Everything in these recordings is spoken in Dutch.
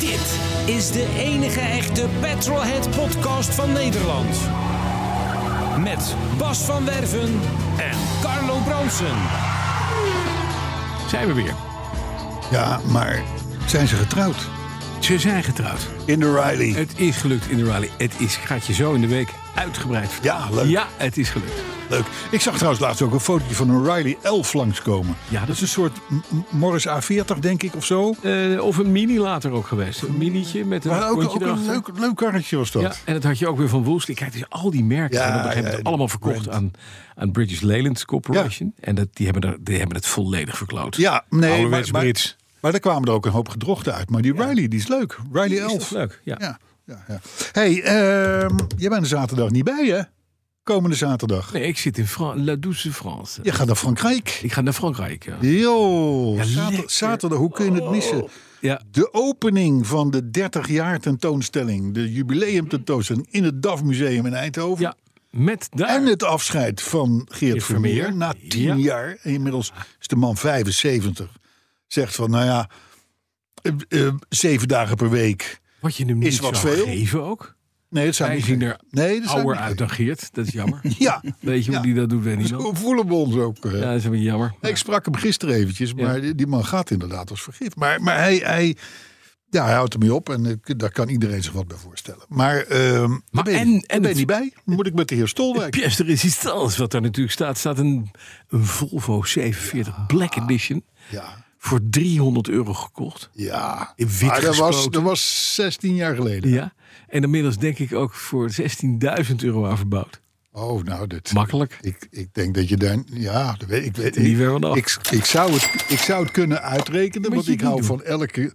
Dit is de enige echte Petrolhead podcast van Nederland. Met Bas van Werven en Carlo Bronsen. Zijn we weer. Ja, maar zijn ze getrouwd? Ze zijn getrouwd. In de Riley. Het is gelukt in de rally. Het is, gaat je zo in de week uitgebreid vertellen. Ja, leuk. Ja, het is gelukt. Leuk. Ik zag trouwens laatst ook een fotootje van een Riley 11 langskomen. Ja, dat- dat is een soort M- M- Morris A40, denk ik, of zo. Eh, of een mini later ook geweest. Een minietje met een Maar ook, kontje ook een erachter. leuk, leuk karretje was dat. Ja, en dat had je ook weer van Woolsey. Kijk, dus al die merken Ja, zijn op een gegeven ja, moment die allemaal verkocht brand. aan, aan British Leyland Corporation. En dat, die, hebben er, die hebben het volledig verkloot. Ja, nee. Ouderwets maar, Brits. maar, maar daar kwamen er ook een hoop gedrochten uit. Maar die Riley, die is leuk. Riley Die is 11. toch leuk, ja. Ja, ja, ja. hey, ehm, jij bent er zaterdag niet bij, hè? Komende zaterdag. Nee, ik zit in Fran La Douce France. Je gaat naar Frankrijk. Ik ga naar Frankrijk. Ja. Yo, Ja, zater- lekker. zaterdag, hoe kun je het missen? Ja. De opening van de 30 jaar tentoonstelling, de jubileum tentoonstelling in het DAF Museum in Eindhoven. ja, met daar. En het afscheid van Geert Geert Vermeer, Vermeer. na tien Ja. jaar. En inmiddels is de man 75. Zegt van, nou ja, eh, eh, zeven dagen per week. Wat je hem niet Is wat zou veel. geven ook. Nee, het zijn Wij niet zien geen- er nee, dat zijn ouder niet uit geen- dan Geert. Dat is jammer. Ja, Weet je Ja. hoe die dat doet, weet niet. wel. zo voelen we ons ook. eh. Ja, dat is een beetje jammer. Ik sprak hem gisteren eventjes, maar die- die man gaat inderdaad als vergif. Maar, maar hij, hij, ja, hij houdt ermee op en eh, daar kan iedereen zich wat bij voorstellen. Maar, ehm Maar daar ben, je- en- daar en ben je het- niet bij? Dan Moet ik met de heer De Stolwijk? pièce de résistance, wat daar natuurlijk staat, staat een, een Volvo 47 Black Ah. Edition Ja, voor 300 euro gekocht. ja. In wit Maar dat, was, gespoten. dat was 16 jaar geleden. Ja. En inmiddels denk ik ook voor 16.000 euro aan verbouwd. Oh, nou, dit, Makkelijk. ik, ik denk dat je daar... Ja, dat weet, ik, weet, er niet ik, weer van af. ik, ik, zou het, ik zou het kunnen uitrekenen, Moet want je ik niet hou doen. van elke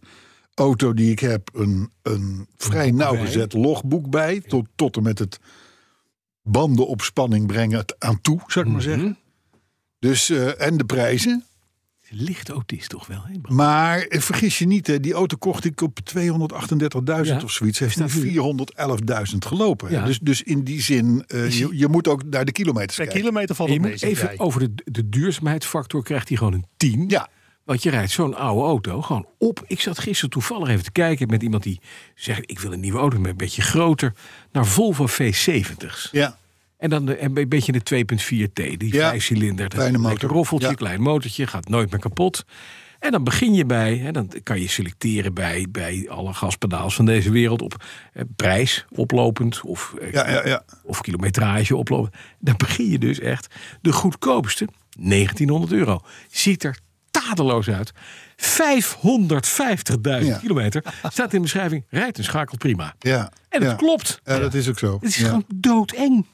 auto die ik heb een, een vrij nauwgezet logboek bij. Tot, tot en met het banden op spanning brengen het aan toe, zou ik maar zeggen. Mhm. Dus, eh, en de prijzen. Licht autist toch wel, hè? Bram? Maar eh, vergis je niet, hè, die auto kocht ik op 238.000 Ja. of zoiets. Heeft nu Staat hier. 411.000 gelopen. hè. Ja. Dus Dus, dus in die zin, eh, je, je moet ook naar de kilometers Per kijken. kilometer valt En het je mee. moet zeg jij. even over de, de duurzaamheidsfactor krijgt hij gewoon een 10. Ja, Want je rijdt zo'n oude auto gewoon op. Ik zat gisteren toevallig even te kijken met iemand die zegt... ik wil een nieuwe auto, maar een beetje groter. Naar Volvo V70's. ja. En dan de- en een beetje de 2.4T, die Ja, vijfcilinder. Dat fijne een motor. lekker roffeltje, Ja. klein motortje, gaat nooit meer kapot. En dan begin je bij, hè, dan kan je selecteren bij, bij alle gaspedaals van deze wereld... op eh, prijs oplopend of eh, ja, ja, ja. of kilometrage oplopen. Dan begin je dus echt de goedkoopste, 1900 euro. Ziet er tadeloos uit. 550.000 Ja. kilometer. Staat in de beschrijving, rijdt en schakelt prima. ja. En het ja. klopt. Ja, dat is ook zo. Het is ja. gewoon doodeng.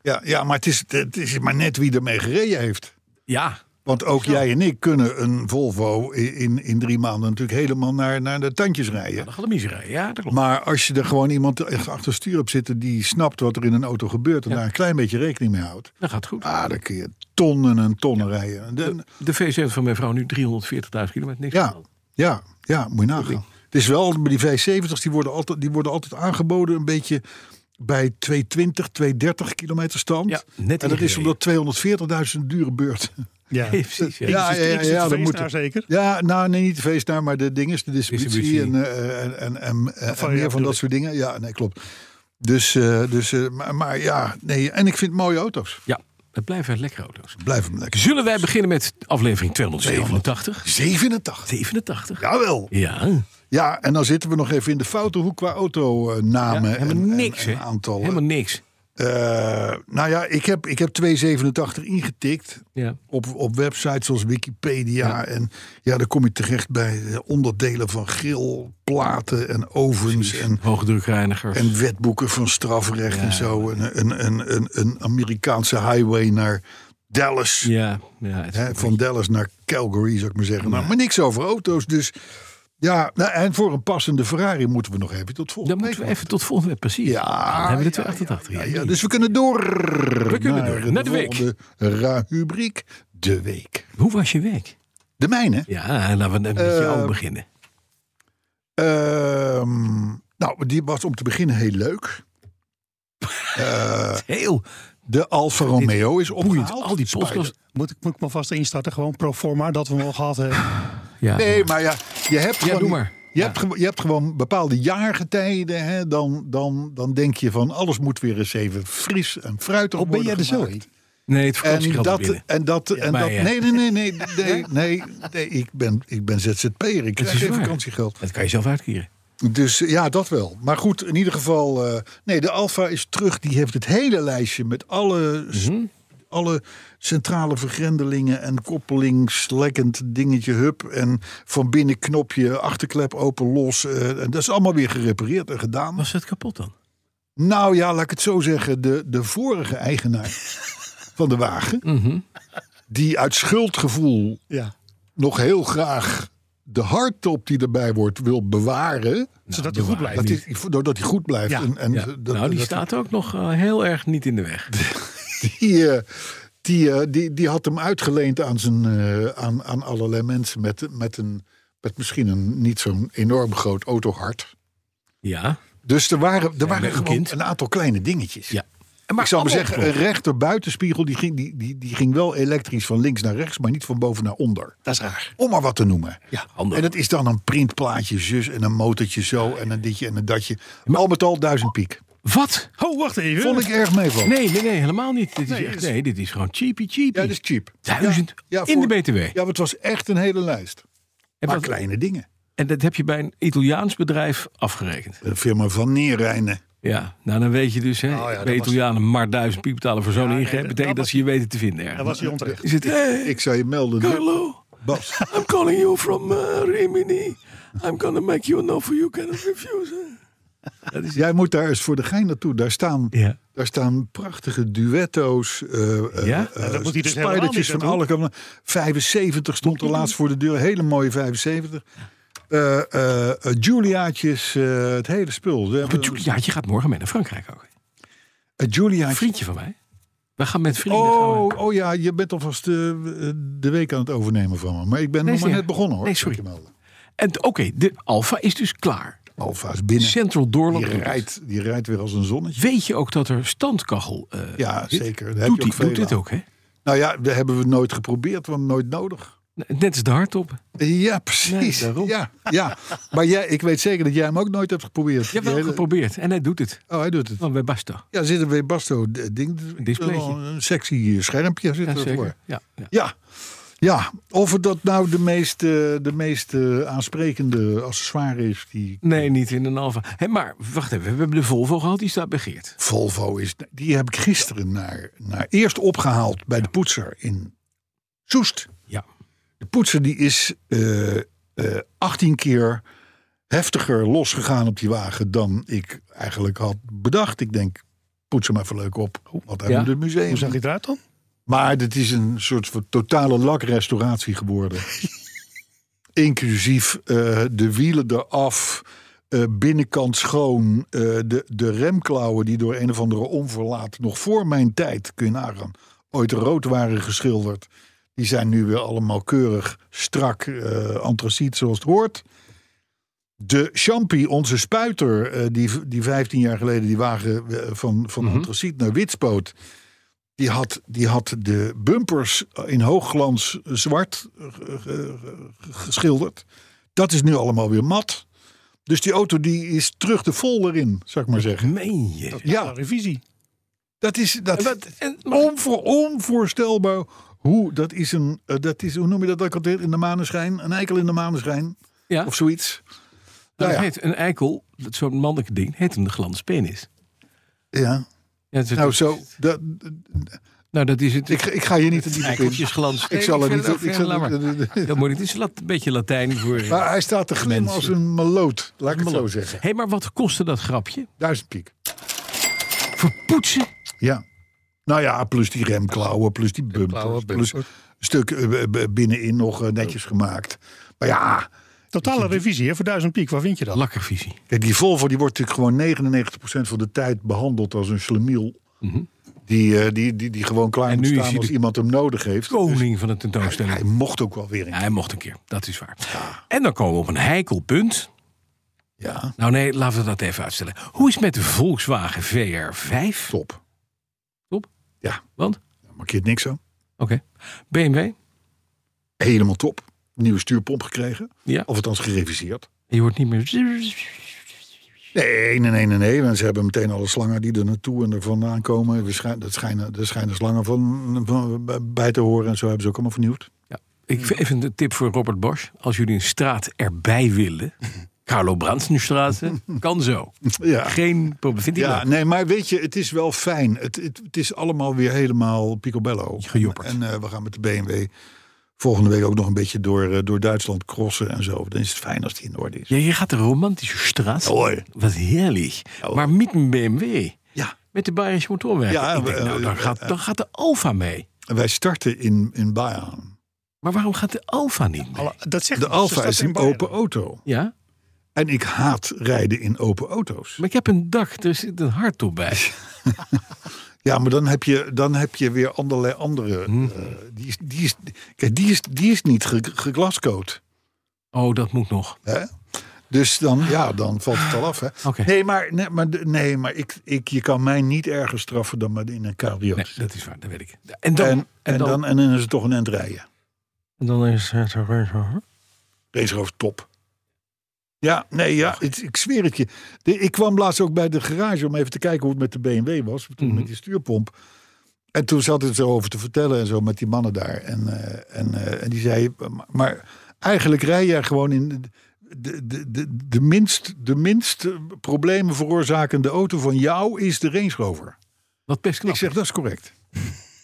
Ja, ja, maar het is, het is maar net wie ermee gereden heeft. Ja, Want ook jij en ik kunnen een Volvo in, in- in drie maanden natuurlijk helemaal naar, naar de tandjes rijden. dan gaat de miserie. Ja, dat klopt. Maar als je er gewoon iemand echt achter het stuur op zit die snapt wat er in een auto gebeurt en daar een klein beetje rekening mee houdt. Dat gaat goed. Ah, dan kun je tonnen en tonnen rijden. En dan- De V70 van mijn vrouw nu 340.000 kilometer. Niks ja, aan. ja, ja, moet je nagaan. Het is wel, die V70's die worden altijd, die worden altijd aangeboden een beetje bij 220, 230 kilometer stand. Ja, net en dat is ingereden. omdat 240.000 een dure beurt. Ja. Nee, precies. Ja. Ja, Dus ja, ik ja, zit ja, te dan moet feestnaar het. zeker. Ja, nou, nee, niet de feestnaar, maar de ding is de distributie, Distributie. en, eh, en, en, en, en van, ja, meer van bedoel dat ik. soort dingen. Ja, nee, klopt. Dus, eh, dus eh, maar, maar ja, nee, en ik vind mooie auto's. ja, het blijven lekker auto's. Blijf hem lekker. Zullen wij beginnen met aflevering 287? 87. 87? Jawel. ja. Ja, en dan zitten we nog even in de foute hoek qua Ja, autonamen en, helemaal en- niks, en hè? aantallen. Helemaal niks. Eh, nou ja, ik heb, ik heb 287 ingetikt. Ja. op, op websites zoals Wikipedia. En ja, dan kom je terecht bij eh, onderdelen van grillplaten en ovens en, Hoogdrukreiniger. en wetboeken van strafrecht en zo. En, een, een, een, een Amerikaanse highway naar Dallas. Ja, ja het is Hè, van Dallas naar Calgary, zou ik maar zeggen. Nou, maar niks over auto's. Dus ja, nou, en voor een passende Ferrari moeten we nog even tot volgende Dan moeten we week even tot volgende week, precies. Ja, Dan hebben we de ja, 288. wachten. Ja, ja, dus we kunnen door. We kunnen door. Naar de week. rubriek, de week. Hoe was je week? De mijne. Ja, laten we met Eh, jou beginnen. Ehm, nou, die was om te beginnen heel leuk. Eh, Heel De Alfa Romeo is boeiend. opgehaald. Al die podcasts. Moet ik, moet ik me vast instarten, gewoon pro forma, dat we hem al gehad hebben. Ja, Nee, maar ja, je hebt gewoon, doe maar. Je, hebt, gewo- je hebt gewoon bepaalde jaargetijden. Hè, dan, dan, dan denk je van alles moet weer eens even fris en fruitig Oh, Of ben worden jij er zo? gemaakt. nee, het En vakantiegeld is dat, binnen. en dat, en maar dat, ja. nee, nee, nee, nee, nee, nee, nee, ik ben, ik ben ZZP'er, ik Dat krijg geen waar. vakantiegeld. Dat kan je zelf uitkeren. Dus eh, ja, dat wel. Maar goed, in ieder geval, eh, nee, de Alfa is terug. Die heeft het hele lijstje met alle, s- alle centrale vergrendelingen en koppelingslekkend dingetje, hup. En van binnen knopje, achterklep open, los. eh, en dat is allemaal weer gerepareerd en gedaan. Was het kapot dan? Nou ja, laat ik het zo zeggen. De, de vorige eigenaar van de wagen, Mhm. die uit schuldgevoel Ja. nog heel graag de hardtop die erbij wordt wil bewaren. Zodat hij goed blijft. Dat is, doordat hij goed blijft. Ja, en, en Ja. dat- nou, die dat- staat ook nog eh, heel erg niet in de weg. Die, eh, die, eh, die, die had hem uitgeleend aan, zijn, eh, aan, aan allerlei mensen met, met, een, met misschien een niet zo'n enorm groot autohart. Ja. Dus er waren, er met waren een gewoon kind. een aantal kleine dingetjes. ja. ik zou maar zeggen, een rechter buitenspiegel die ging, die, die, die ging wel elektrisch van links naar rechts, maar niet van boven naar onder. Dat is raar. Om maar wat te noemen. Ja, handig. En dat is dan een printplaatje zus en een motortje zo en een ditje en een datje. al met al duizend piek. Wat? Oh, wacht even. Vond ik erg meevallen. Nee, nee, nee, helemaal niet. Dit is Nee, echt, dat is- nee, dit is gewoon cheapy cheapy. Ja, dat is cheap. Duizend Ja, in voor- de BTW. Ja, maar het was echt een hele lijst. en, Maar wat- kleine dingen. en dat heb je bij een Italiaans bedrijf afgerekend. De firma Van Neerijnen. Ja, nou dan weet je dus, hè, ja, dat bij was- Italianen maar duizend piek betalen voor zo'n nee, ingreep. dat- Betekent dat, dat was- ze je weten te vinden. Dat ergens. was hij onterecht. Is het, hey, Ik zou je melden, Carlo, Bas. I'm calling you from eh, Rimini. I'm gonna make you an offer you cannot refuse. eh. Dat is Jij moet daar eens voor de gein naartoe. Daar staan, Ja. daar staan prachtige duetto's. eh eh, Ja? eh, Ja, dat moet hij dus helemaal spijdertjes niet van doen. alle kanten. 75 stond er laatst voor de deur. Hele mooie 75. Eh eh, eh, Juliaatjes, eh, het hele spul. Ze hebben- Maar Juliaatje gaat morgen mee naar Frankrijk ook. Eh, Een Juliaatje. vriendje van mij. We gaan met vrienden. gaan we- Oh, oh ja, je bent alvast eh, de week aan het overnemen van me. Maar ik ben Nee, nog maar zeg. net begonnen hoor. Nee, zou ik sorry. je nou, melden. En t- oké, de Alfa is dus klaar. Alfa is binnen. Central Doorland. Die rijdt, die rijdt weer als een zonnetje. Weet je ook dat er standkachel eh Ja, zit? zeker. Daar Doet, heb je ook die, doet veel dit aan. ook, hè? Nou ja, dat hebben we nooit geprobeerd, want nooit nodig. Net als de hardtop. Ja, Nee, precies. daarom. ja, ja. Maar jij, ik weet zeker dat jij hem ook nooit hebt geprobeerd. Je hebt wel Die hele- geprobeerd en hij doet het. Oh, hij doet het. Want bij Basta. Ja, zit er weer Basto d- ding. Een displaytje. Een sexy eh, schermpje zit Ja, ervoor. zeker. Ja, ja. Ja. ja, of het dat nou de meest, eh, de meest eh, aansprekende accessoire is. Die Nee, niet in een Alfa. Hé, maar wacht even, we hebben de Volvo gehad, die staat bij Geert. Volvo is. Die heb ik gisteren naar, naar eerst opgehaald bij de poetser in Soest. Ja. De poetser die is eh, eh, 18 keer heftiger losgegaan op die wagen dan ik eigenlijk had bedacht. Ik denk, poets hem even leuk op. Wat hebben Ja. we in het museum? Hoe zag hij eruit dan? Maar dit is een soort van totale lakrestauratie geworden. Inclusief eh, de wielen eraf, eh, binnenkant schoon, eh, de, de remklauwen die door een of andere onverlaat nog voor mijn tijd, kun je nagaan, ooit rood waren geschilderd. Die zijn nu weer allemaal keurig, strak, eh antraciet zoals het hoort. De Champi, onze spuiter, eh, die, die 15 jaar geleden die wagen eh, van, van Mhm. antraciet naar wit spoot. Die had, die had de bumpers in hoogglans zwart eh, ge- ge- ge- geschilderd. Dat is nu allemaal weer mat. Dus die auto die is terug de vol erin, zou ik maar zeggen. Meen je? Ja, revisie. dat is dat, En wat- en- maar- onvoor, onvoorstelbaar. Hoe, dat is een, eh, dat is, hoe noem je dat ook altijd? In de maneschijn? Een eikel in de maneschijn? Ja, Of zoiets? dat Nou ja, heet een eikel, dat zo'n mannelijke ding, heet hem de glanspenis. ja. Ja, dat, Nou, zo, dat, nou, dat is het. ik, ik ga hier niet te diep op in. Eikeltjesglans. Ik zal Nee, er vind niet ook- ik zal laat er- maar. Dat moet niet. Het is lat- een beetje Latijn voor. Maar hij staat te glimmen als een maloot. Laat ik het zo zeggen. Hé, maar wat kostte dat grapje? Duizend piek. Voor poetsen? Ja. Nou ja, plus die remklauwen, plus die bumpers, Remklauwen, plus een bumpers. stuk eh, b- b- binnenin nog eh, netjes gemaakt. Maar ja, Totale revisie hè, voor duizend piek, waar vind je dat? Lekker visie. kijk, die Volvo die wordt natuurlijk gewoon 99% van de tijd behandeld als een slemiel. Die, eh, die, die, die gewoon klaar Mhm. En moet nu is staan hij als de iemand hem nodig heeft. Dus Koning van de hij tentoonstelling. mocht ook wel weer in. Hij mocht een keer, dat is waar. En dan komen we op een heikel punt. Ja, Nou nee, laten we dat even uitstellen. Hoe is het met de Volkswagen VR5? top. Top? Ja. Want? Daar markeert niks aan. Oké. BMW? Helemaal top. Nieuwe stuurpomp gekregen. Ja. Of althans gereviseerd. Je wordt niet meer... Nee, nee, nee, nee, nee. Want ze hebben meteen alle slangen die er naartoe en er vandaan komen. We schijn- dat schijnen, er schijnen slangen van, van- bij te horen. En zo hebben ze ook allemaal vernieuwd. Ja. Ik vind even een tip voor Robert Bosch. Als jullie een straat erbij willen... Carlo Brandsenstraat, kan zo. Ja. Geen probleem. Vindt hij Ja, leuk? nee, maar weet je, het is wel fijn. Het, het, het is allemaal weer helemaal picobello. Gejopperd. En eh, we gaan met de BMW volgende week ook nog een beetje door, eh, door Duitsland crossen en zo. Dan is het fijn als die in orde is. Ja, je gaat een romantische straat. hoor. Wat heerlijk. Maar met een BMW. Ja, Met de Bayerische motorwerken. Ja, Ik denk, eh, nou, dan, eh, gaat, dan gaat de Alfa mee. en wij starten in, in Bayern. Maar waarom gaat de Alfa niet mee? Alle- dat zegt De ze Alfa staat is in een Bayern. open auto. Ja, En ik haat rijden in open auto's. maar ik heb een dak. Er zit een hardtop bij. Ja, maar dan heb je, dan heb je weer allerlei andere. Mhm. eh, die, is, die, is, kijk, die, is, die is niet ge, geglascoat. Oh, dat moet nog. Hè? Dus dan, ja, dan valt het al af. Hè? Oké. Nee, maar, nee, maar, de- nee, maar ik, ik, je kan mij niet erger straffen dan met in een cabrio. Nee, te zitten. dat is waar. Dat weet ik. En dan, en, en, dan, en dan is het toch een end rijden. en dan is het... Deze over top. Ja, nee, ja, het- ik zweer het je. De- ik kwam laatst ook bij de garage om even te kijken hoe het met de BMW was. Toen met die stuurpomp. En toen zat het zo over te vertellen en zo met die mannen daar. En, eh, en, eh, en die zei, maar, maar eigenlijk rij jij gewoon in de, de, de, de, de minst, de minst eh, problemen veroorzakende auto van jou is de Range Rover. Wat best knap. Ik zeg, dat is correct.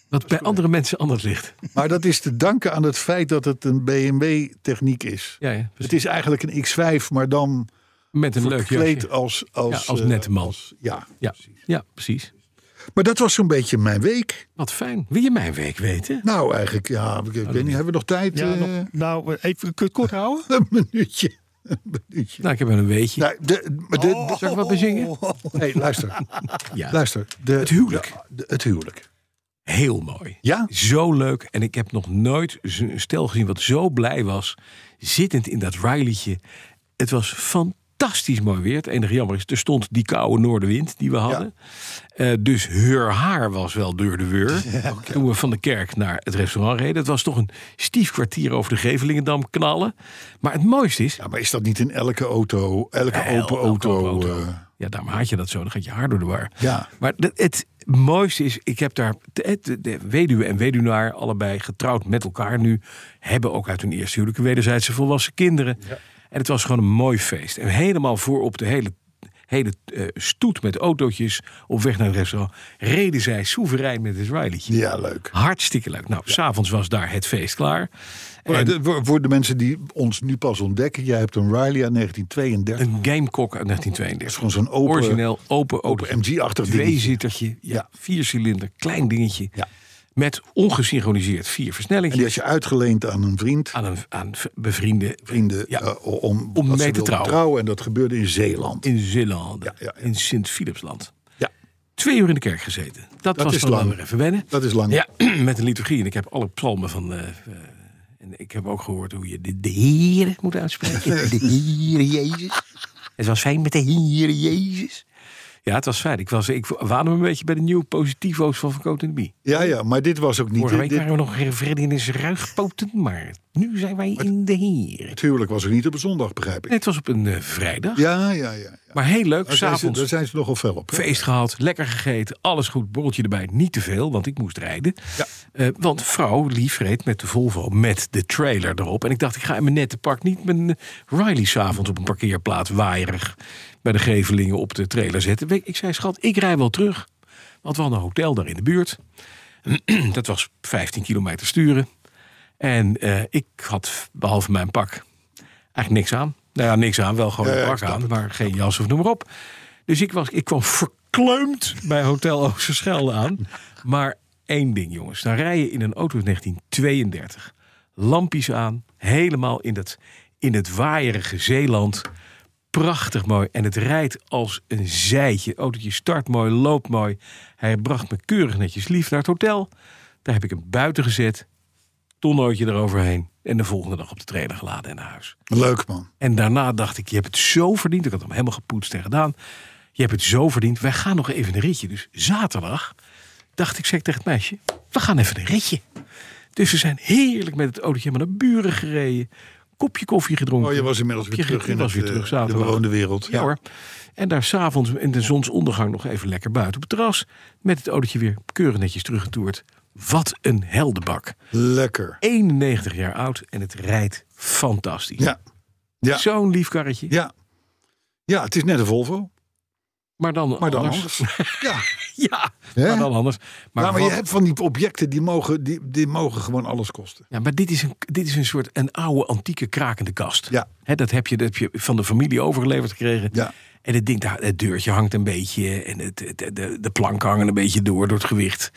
dat bij andere mensen anders ligt. Maar dat is te danken aan het feit dat het een BMW techniek is. Ja, ja. Het is eigenlijk een X5, maar dan Met een leuk verkleed jasje. als, als, Ja, als eh, nette man. als- ja. Ja, ja, precies. Maar dat was zo'n beetje mijn week. Wat fijn. Wil je mijn week weten? Nou, eigenlijk, ja, ik, ik weet niet, hebben we nog tijd? Ja, eh, nog- nou, even kun je het kort houden. Een minuutje. Een minuutje. Nou, ik heb wel een weetje. Nou, de, maar de, de- Oh. Zal ik wat bezingen? hey, luister. Ja. luister de, het huwelijk. het huwelijk. Heel mooi. Ja? Zo leuk. En ik heb nog nooit zo'n stel gezien wat zo blij was. Zittend in dat Rileytje. Het was fantastisch mooi weer. Het enige jammer is, er stond die koude noordenwind die we hadden. Eh, dus heur haar was wel deur de weur. Toen we van de kerk naar het restaurant reden. Het was toch een stief kwartier over de Gevelingendam knallen. Maar het mooiste is... Ja, maar is dat niet in elke auto, elke Elke open auto? eh, ja, daarom haat je dat zo. Dan gaat je haar door de war. Ja. Maar het, het mooiste is, ik heb daar... De, de- de weduwe en weduwnaar, allebei getrouwd met elkaar nu... hebben ook uit hun eerste huwelijk een wederzijdse volwassen kinderen. En het was gewoon een mooi feest. En helemaal voorop de hele, hele eh, stoet met autootjes op weg naar het restaurant... reden zij soeverein met het Rileytje. ja, leuk. Hartstikke leuk. Nou, s s'avonds was daar het feest klaar. Maar En- Nou, de- voor- voor de mensen die ons nu pas ontdekken, jij hebt een Riley uit 1932. Een Gamecock uit Dat is 1932. gewoon zo'n open, Origineel, open, open open MG-achtig ding. Tweezittertje, ja, Ja. viercilinder, klein dingetje. Ja. Met ongesynchroniseerd vier En die versnellingen had je uitgeleend aan een vriend. aan, een, aan v- bevriende vrienden Ja. eh, om, Om dat mee ze te wilden trouwen. En dat gebeurde in Zeeland. in Zeeland, Ja, ja, ja. in Sint-Philipsland. Ja, Twee uur in de kerk gezeten. Dat, was is dan wel lang. weer even wennen. dat is lang. Ja, met een liturgie. En ik heb alle psalmen van... eh, eh, en ik heb ook gehoord hoe je de, de Heer moet uitspreken. De Heer Jezus. Het was fijn met de Heer Jezus. Ja, het was fijn. Ik, was, ik waande me een beetje bij de nieuwe positivo's van Van Cote en Bie. ja, ja, maar dit was ook niet. Vorige Dit, week waren we nog Ferdinand's ruigpoten, maar nu zijn wij in de Heer. het huwelijk was ook niet op een zondag, begrijp ik. Het was op een eh, vrijdag, Ja, ja, ja. ja. maar heel leuk. Daar, zijn ze, daar S'avonds zijn ze nogal fel op. hè? feest gehad, lekker gegeten, alles goed, borreltje erbij. Niet te veel, want ik moest rijden. Ja. Eh, want vrouw lief reed met de Volvo, met de trailer erop. En ik dacht, ik ga in mijn nette pak niet mijn eh, Riley s'avonds op een parkeerplaats waaierig bij de gevelingen op de trailer zetten. Ik- Ik zei, schat, ik rij wel terug. Want we hadden een hotel daar in de buurt. Dat was 15 kilometer sturen. En eh, ik had behalve mijn pak eigenlijk niks aan. Nou ja, niks aan, wel gewoon Ja, een ja, pak ik snap aan, het. maar geen jas of noem maar op. Dus ik, was, ik kwam kleumt bij Hotel Oosterschelde aan. Maar één ding, jongens. Dan rij je in een auto uit 1932. Lampjes aan, helemaal in het, in het waaierige Zeeland. Prachtig mooi. En het rijdt als een zijtje. Het autootje start mooi, loopt mooi. Hij bracht me keurig netjes lief naar het hotel. Daar heb ik hem buiten gezet. Tonnootje eroverheen. En de volgende dag op de trailer geladen en naar huis. Leuk man. En daarna dacht ik, je hebt het zo verdiend. Ik had hem helemaal gepoetst en gedaan. Je hebt het zo verdiend. Wij gaan nog even een ritje. Dus zaterdag dacht ik, zeg ik tegen het meisje, we gaan even een ritje. Dus we zijn heerlijk met het autootje helemaal naar buren gereden. Kopje koffie gedronken. Oh, je was inmiddels weer Kopje terug ge- in ik was het, weer eh, terug zaterdag. de bewoonde wereld. Ja, Ja. hoor. En daar s'avonds in de zonsondergang nog even lekker buiten op het terras. Met het autootje weer keurig netjes teruggetoerd. Wat een heldenbak. Lekker. 91 jaar oud en het rijdt fantastisch. Ja. Ja. Zo'n lief karretje. Ja. Ja, het is net een Volvo. Maar dan Maar dan anders. anders. Ja. Ja, Hè? maar dan anders. Maar, ja, maar wat- je hebt van die objecten die mogen, die, die mogen gewoon alles kosten. ja, maar dit is, een, dit is een soort een oude, antieke, krakende kast. Ja. Hè, dat, heb je, dat heb je van de familie overgeleverd gekregen. Ja. En het, ding, daar- het deurtje hangt een beetje. En het, het- de, de planken hangen een beetje door door het gewicht.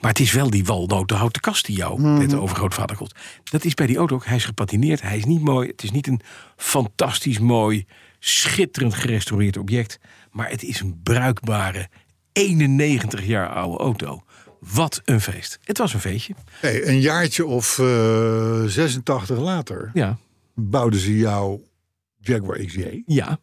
Maar het is wel die walnotenhouten kast die jou Mhm. met de overgrootvader kost. Dat is bij die auto ook. Hij is gepatineerd. Hij is niet mooi. Het is niet een fantastisch mooi, schitterend gerestaureerd object. Maar het is een bruikbare, 91 jaar oude auto. Wat een feest. Het was een feestje. Hey, een jaartje of eh, 86 later Ja. bouwden ze jouw Jaguar XJ. Ja.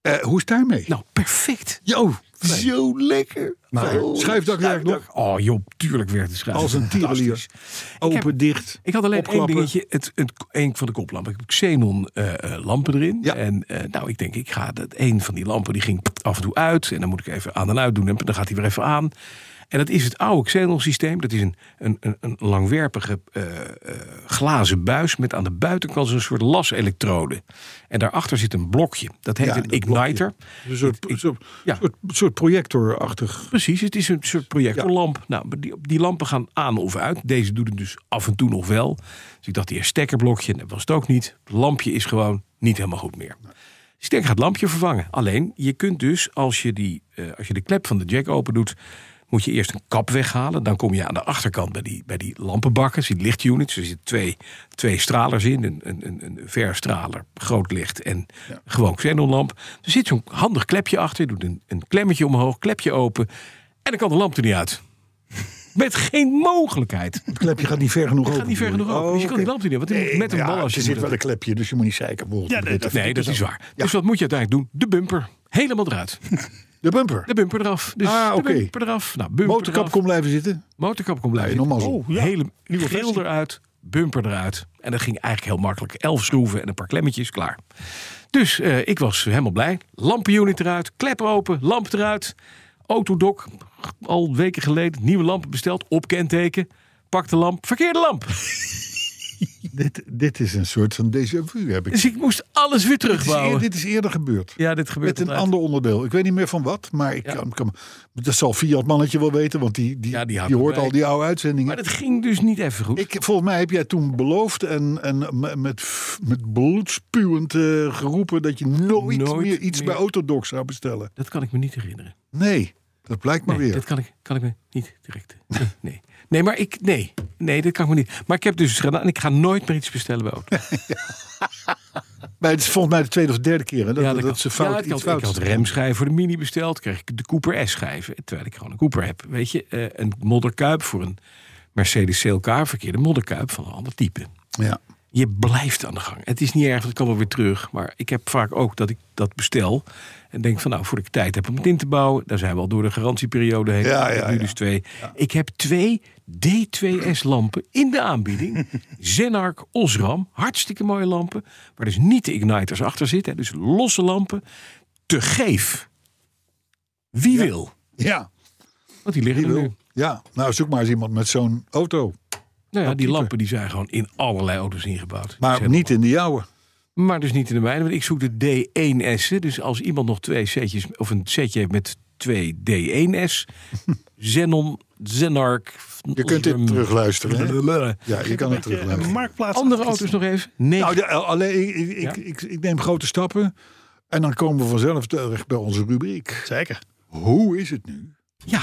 Eh, hoe is het daarmee? Nou, perfect. Jo, zo lekker. Nou, schuifdakwerk nog. Oh joh, tuurlijk werd het schuif. Als een tierelier. Fantastisch. Open, heb- dicht. Ik had alleen opklappen. één dingetje, het, het, een van de koplampen. Ik heb xenon eh, eh, lampen erin. Ja. En eh, nou, ik denk, ik ga dat een van die lampen, die ging af en toe uit. En dan moet ik even aan en uit doen en dan gaat hij weer even aan. En dat is het oude xenon systeem. Dat is een, een, een, een langwerpige eh, eh, glazen buis met aan de buitenkant zo'n soort laselektrode. En daarachter zit een blokje. Dat heet Ja, een dat igniter. Een soort, ik- soort, ja. soort, soort projectorachtig. Precies, het is een soort projectorlamp. Nou, maar die, die lampen gaan aan of uit. Deze doet het dus af en toe nog wel. Dus ik dacht, eerst stekkerblokje, dat was het ook niet. Het lampje is gewoon niet helemaal goed meer. Dus ik denk, ik ga het lampje vervangen. Alleen, je kunt dus, als je, die, eh, als je de klep van de jack open doet... moet je eerst een kap weghalen. Dan kom je aan de achterkant bij die, bij die lampenbakken. Zie lichtunits, er zitten twee, twee stralers in. Een, een, een, een verstraler, groot licht en gewoon xenonlamp. Er zit zo'n handig klepje achter. Je doet een, een klemmetje omhoog, klepje open... en dan kan de lamp er niet uit. Met geen mogelijkheid. Het klepje gaat niet ver genoeg open. Gaat niet ver bedoel genoeg je? open. Oh, dus je kan die oké. lamp niet in. Want die moet Nee, met een ja, bal als je Er moet zit wel een klepje, dus je moet niet zeiken. volgens Ja, de nee, Britten. Nee, dat is waar. Ja. Dus wat moet je uiteindelijk doen? De bumper. Helemaal eruit. De bumper. De bumper eraf. Dus Ah, de oké. bumper eraf. Nou, bumper Motorkap eraf. kon blijven zitten. Motorkap kon blijven. Ja, normaal zitten. zo. Oh, Hele nieuwe grill eruit, bumper eruit. En dat ging eigenlijk heel makkelijk. Elf schroeven en een paar klemmetjes, klaar. Dus eh, ik was helemaal blij. Lampenunit eruit, klep open, lamp eruit. Autodoc, al weken geleden, nieuwe lampen besteld, op kenteken. Pak de lamp, verkeerde lamp. Dit, dit is een soort van déjà vu, heb ik. Dus ik moest alles weer Dit is, eer- terugbouwen. dit is eerder gebeurd. Ja, dit gebeurt Met een altijd. ander onderdeel. Ik weet niet meer van wat, maar ik Ja. kan, kan- dat zal Fiat mannetje wel weten, want die, die, Ja, die die, houdt hoort erbij. al die oude Maar uitzendingen. dat ging dus niet even goed. Ik, volgens mij heb jij toen beloofd en, en me- met, f- met bloedspuwend eh, geroepen dat je nooit, Nooit meer iets meer. bij Autodoc zou bestellen. Dat kan ik me niet herinneren. Nee, dat blijkt maar nee, weer. Dat kan ik, kan ik me niet direct. Nee, nee. Nee, maar ik. Nee, nee, dat kan ik me niet. Maar ik heb dus gedaan. En ik ga nooit meer iets bestellen bij auto. Maar het is volgens mij de tweede of derde keer hè, dat, dat, kan. ze fout Ja, ik, iets had, fout ik had doen. remschijven voor de mini besteld. Kreeg ik de Cooper S-schijven. Terwijl ik gewoon een Cooper heb. Weet je, eh, een modderkuip voor een Mercedes CLK. Verkeerde modderkuip van een ander type. Ja. Je blijft aan de gang. Het is niet erg, want het kan wel weer terug. Maar ik heb vaak ook dat ik dat bestel. En denk van nou, voor ik tijd heb om het in te bouwen. Daar zijn we al door de garantieperiode heen. Ja, ik heb ja, nu ja. dus twee. Ik heb twee D2S lampen in de aanbieding. Zenark Osram. Hartstikke mooie lampen. Waar dus niet de igniters achter zitten. Dus losse lampen. Te geef. Wie wil? ja, Want die liggen wie er wil. nu. Ja, nou zoek maar eens iemand met zo'n auto. Nou ja, die type. lampen die zijn gewoon in allerlei auto's ingebouwd. Ze Maar hebben niet in de jouwe. Maar dus niet in de mijne, want ik zoek de D1S'en. Dus als iemand nog twee setjes, of een setje heeft met twee D1S, Zenon, Zenark. Je kunt dit terugluisteren. hè? Ja, je kan het Een terugluisteren. marktplaats. Andere auto's nog even? Nee. Nou, de- alleen, ik, ik, ik, ik, ik neem grote stappen. En dan komen we vanzelf terecht bij onze rubriek. Zeker. Hoe is het nu Ja,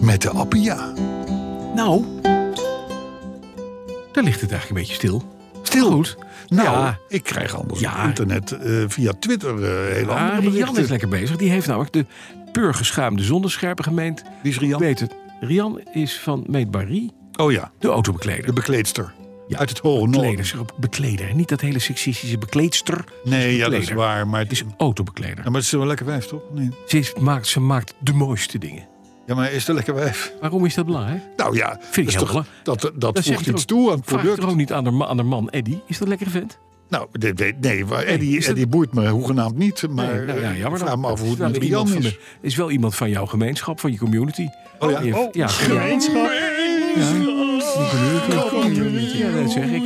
met de Appia? nou. Daar ligt het eigenlijk een beetje stil. Stil. Goed. Nou, Ja. ik krijg anders Ja. op internet eh, via Twitter eh hele Ah, andere Rian is berichten. lekker bezig. Die heeft namelijk de purgeschaamde zonnescherpe gemeend. Wie is Rian? Weet het. Rian is van Meet Barry, Oh ja, de de autobekleder. bekleedster. Ja. Uit het hoge noorden. Bekleder, bekleder. Niet dat hele seksistische bekleedster. Nee, ja, dat is Bekleder. waar. Maar het Het is, is ja, een autobekleder. maar het is wel een lekker wijf, toch? Nee. Ze, is- maakt, ze maakt de mooiste dingen. Ja, maar is het een lekker wijf? Waarom is dat belangrijk? Nou ja, ik dat, is heel toch, belangrijk. dat, dat zeg voegt je iets toch- toe aan het Vraag je toch ook product. niet aan de, ma- aan de man Eddy. Is dat een lekkere vent? Nou, nee, nee, nee, maar Eddie, is dat- Eddie boeit me hoegenaamd niet. Maar Nee, nou ja, eh, jammer dan. vraag me af hoe Is het wel met iemand Rian van is. de- is wel iemand van jouw gemeenschap, van je community. Oh ja. Die heeft- Oh, ja, Gemeenschap. Ja, dat zeg ik.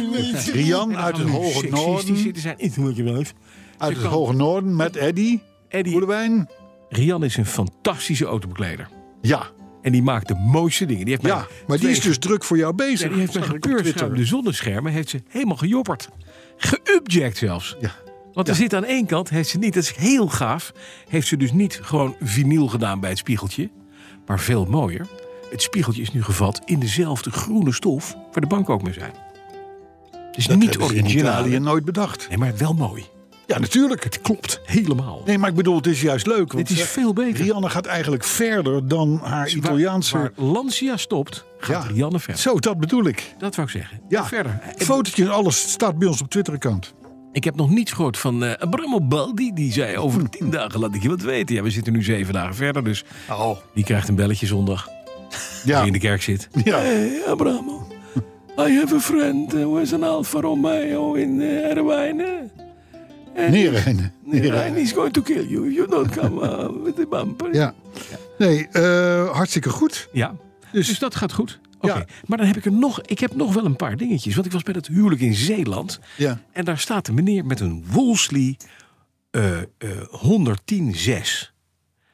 Rian uit het hoge noorden. zitten zijn. Ik moet je wel even. Uit het kan- hoge noorden met Eddie. Eddie, Boelewijn. Rian is een fantastische autobekleder. Ja, En die maakt de mooiste dingen. Die heeft mij ja, maar die twee- is dus druk voor jou bezig. Ja, die heeft zag met ik een op Twitter. peurschuim de zonneschermen heeft ze helemaal gejopperd. Geubject zelfs. Ja. Want er Ja. zit aan één kant, heeft ze niet, dat is heel gaaf... heeft ze dus niet gewoon vinyl gedaan bij het spiegeltje... maar veel mooier. Het spiegeltje is nu gevat in dezelfde groene stof... waar de bank ook mee zijn. Het is Dat niet hebben ze in originaal. Italië nooit bedacht. Nee, maar wel mooi. Ja, natuurlijk. Het klopt helemaal. Nee, maar ik bedoel, het is juist leuk. Want Dit is eh, veel beter. Rianne gaat eigenlijk verder dan haar Waar- Italiaanse... Waar, Lancia stopt, gaat Ja. Rianne verder. Zo, dat bedoel ik. Dat wou ik zeggen. Ja, Verder. Fotootjes en alles staat bij ons op Twitter-account. Ik heb nog niets gehoord van eh Abramo Baldi. Die zei Hmm. over tien dagen laat ik je wat weten. Ja, we zitten nu zeven dagen verder, dus Oh. die krijgt een belletje zondag. Ja, Die in de kerk zit. ja. Hey, Abramo. I have a friend uh, who is an Alfa Romeo in uh, Erwijnen. Neerijnen. And Neerijnen. he's going to kill you. You don't come uh, with the bumper. Ja. Nee, eh, hartstikke goed. Ja, dus, dat gaat goed. Oké, Ja. maar dan heb ik er nog, ik heb nog wel een paar dingetjes. Want ik was bij dat huwelijk in Zeeland. Ja. En daar staat een meneer met een Wolseley eh eh 110-6.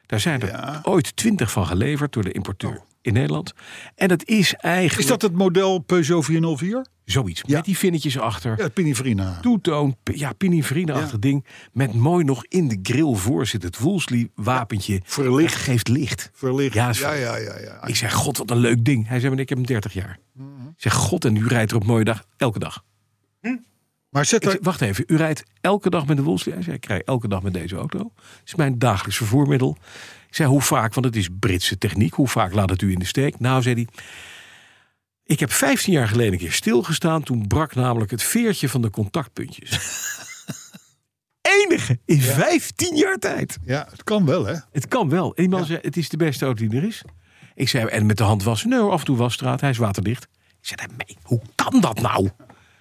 Daar zijn er Ja. Oh. ooit 20 van geleverd door de importeur in Nederland. En dat is eigenlijk Is dat het model Peugeot 404? zoiets. Ja. Met die vinnetjes achter. Ja, Pininfarina. Toetoon, p- ja, pinivrineachtig Ja. ding. Met mooi nog in de grill voor zit het Wolseley-wapentje. Verlicht. Het geeft licht. Verlicht. Ja, Ja, is ja, verlicht. ja, ja, ja. Ik zeg, god, wat een leuk ding. Hij zei, meneer, ik heb hem 30 jaar. Ik zeg, god, en u rijdt er op mooie dag, elke dag. Maar zet Ik zeg, er... wacht even, u rijdt elke dag met de Wolseley? Hij zei, ik rij elke dag met deze auto. Het is mijn dagelijks vervoermiddel. Ik zei, hoe vaak, want het is Britse techniek. Hoe vaak laat het u in de steek? Nou, zei hij, ik heb 15 jaar geleden een keer stilgestaan. Toen brak namelijk het veertje van de contactpuntjes. Enige in 15 jaar tijd. Ja, het kan wel, hè? Het kan wel. En die man zei, het is de beste auto die er is. Ik zei, en met de hand wassen? Nee hoor, af en toe wasstraat, hij is waterdicht. Ik zei, nee, hoe kan dat nou?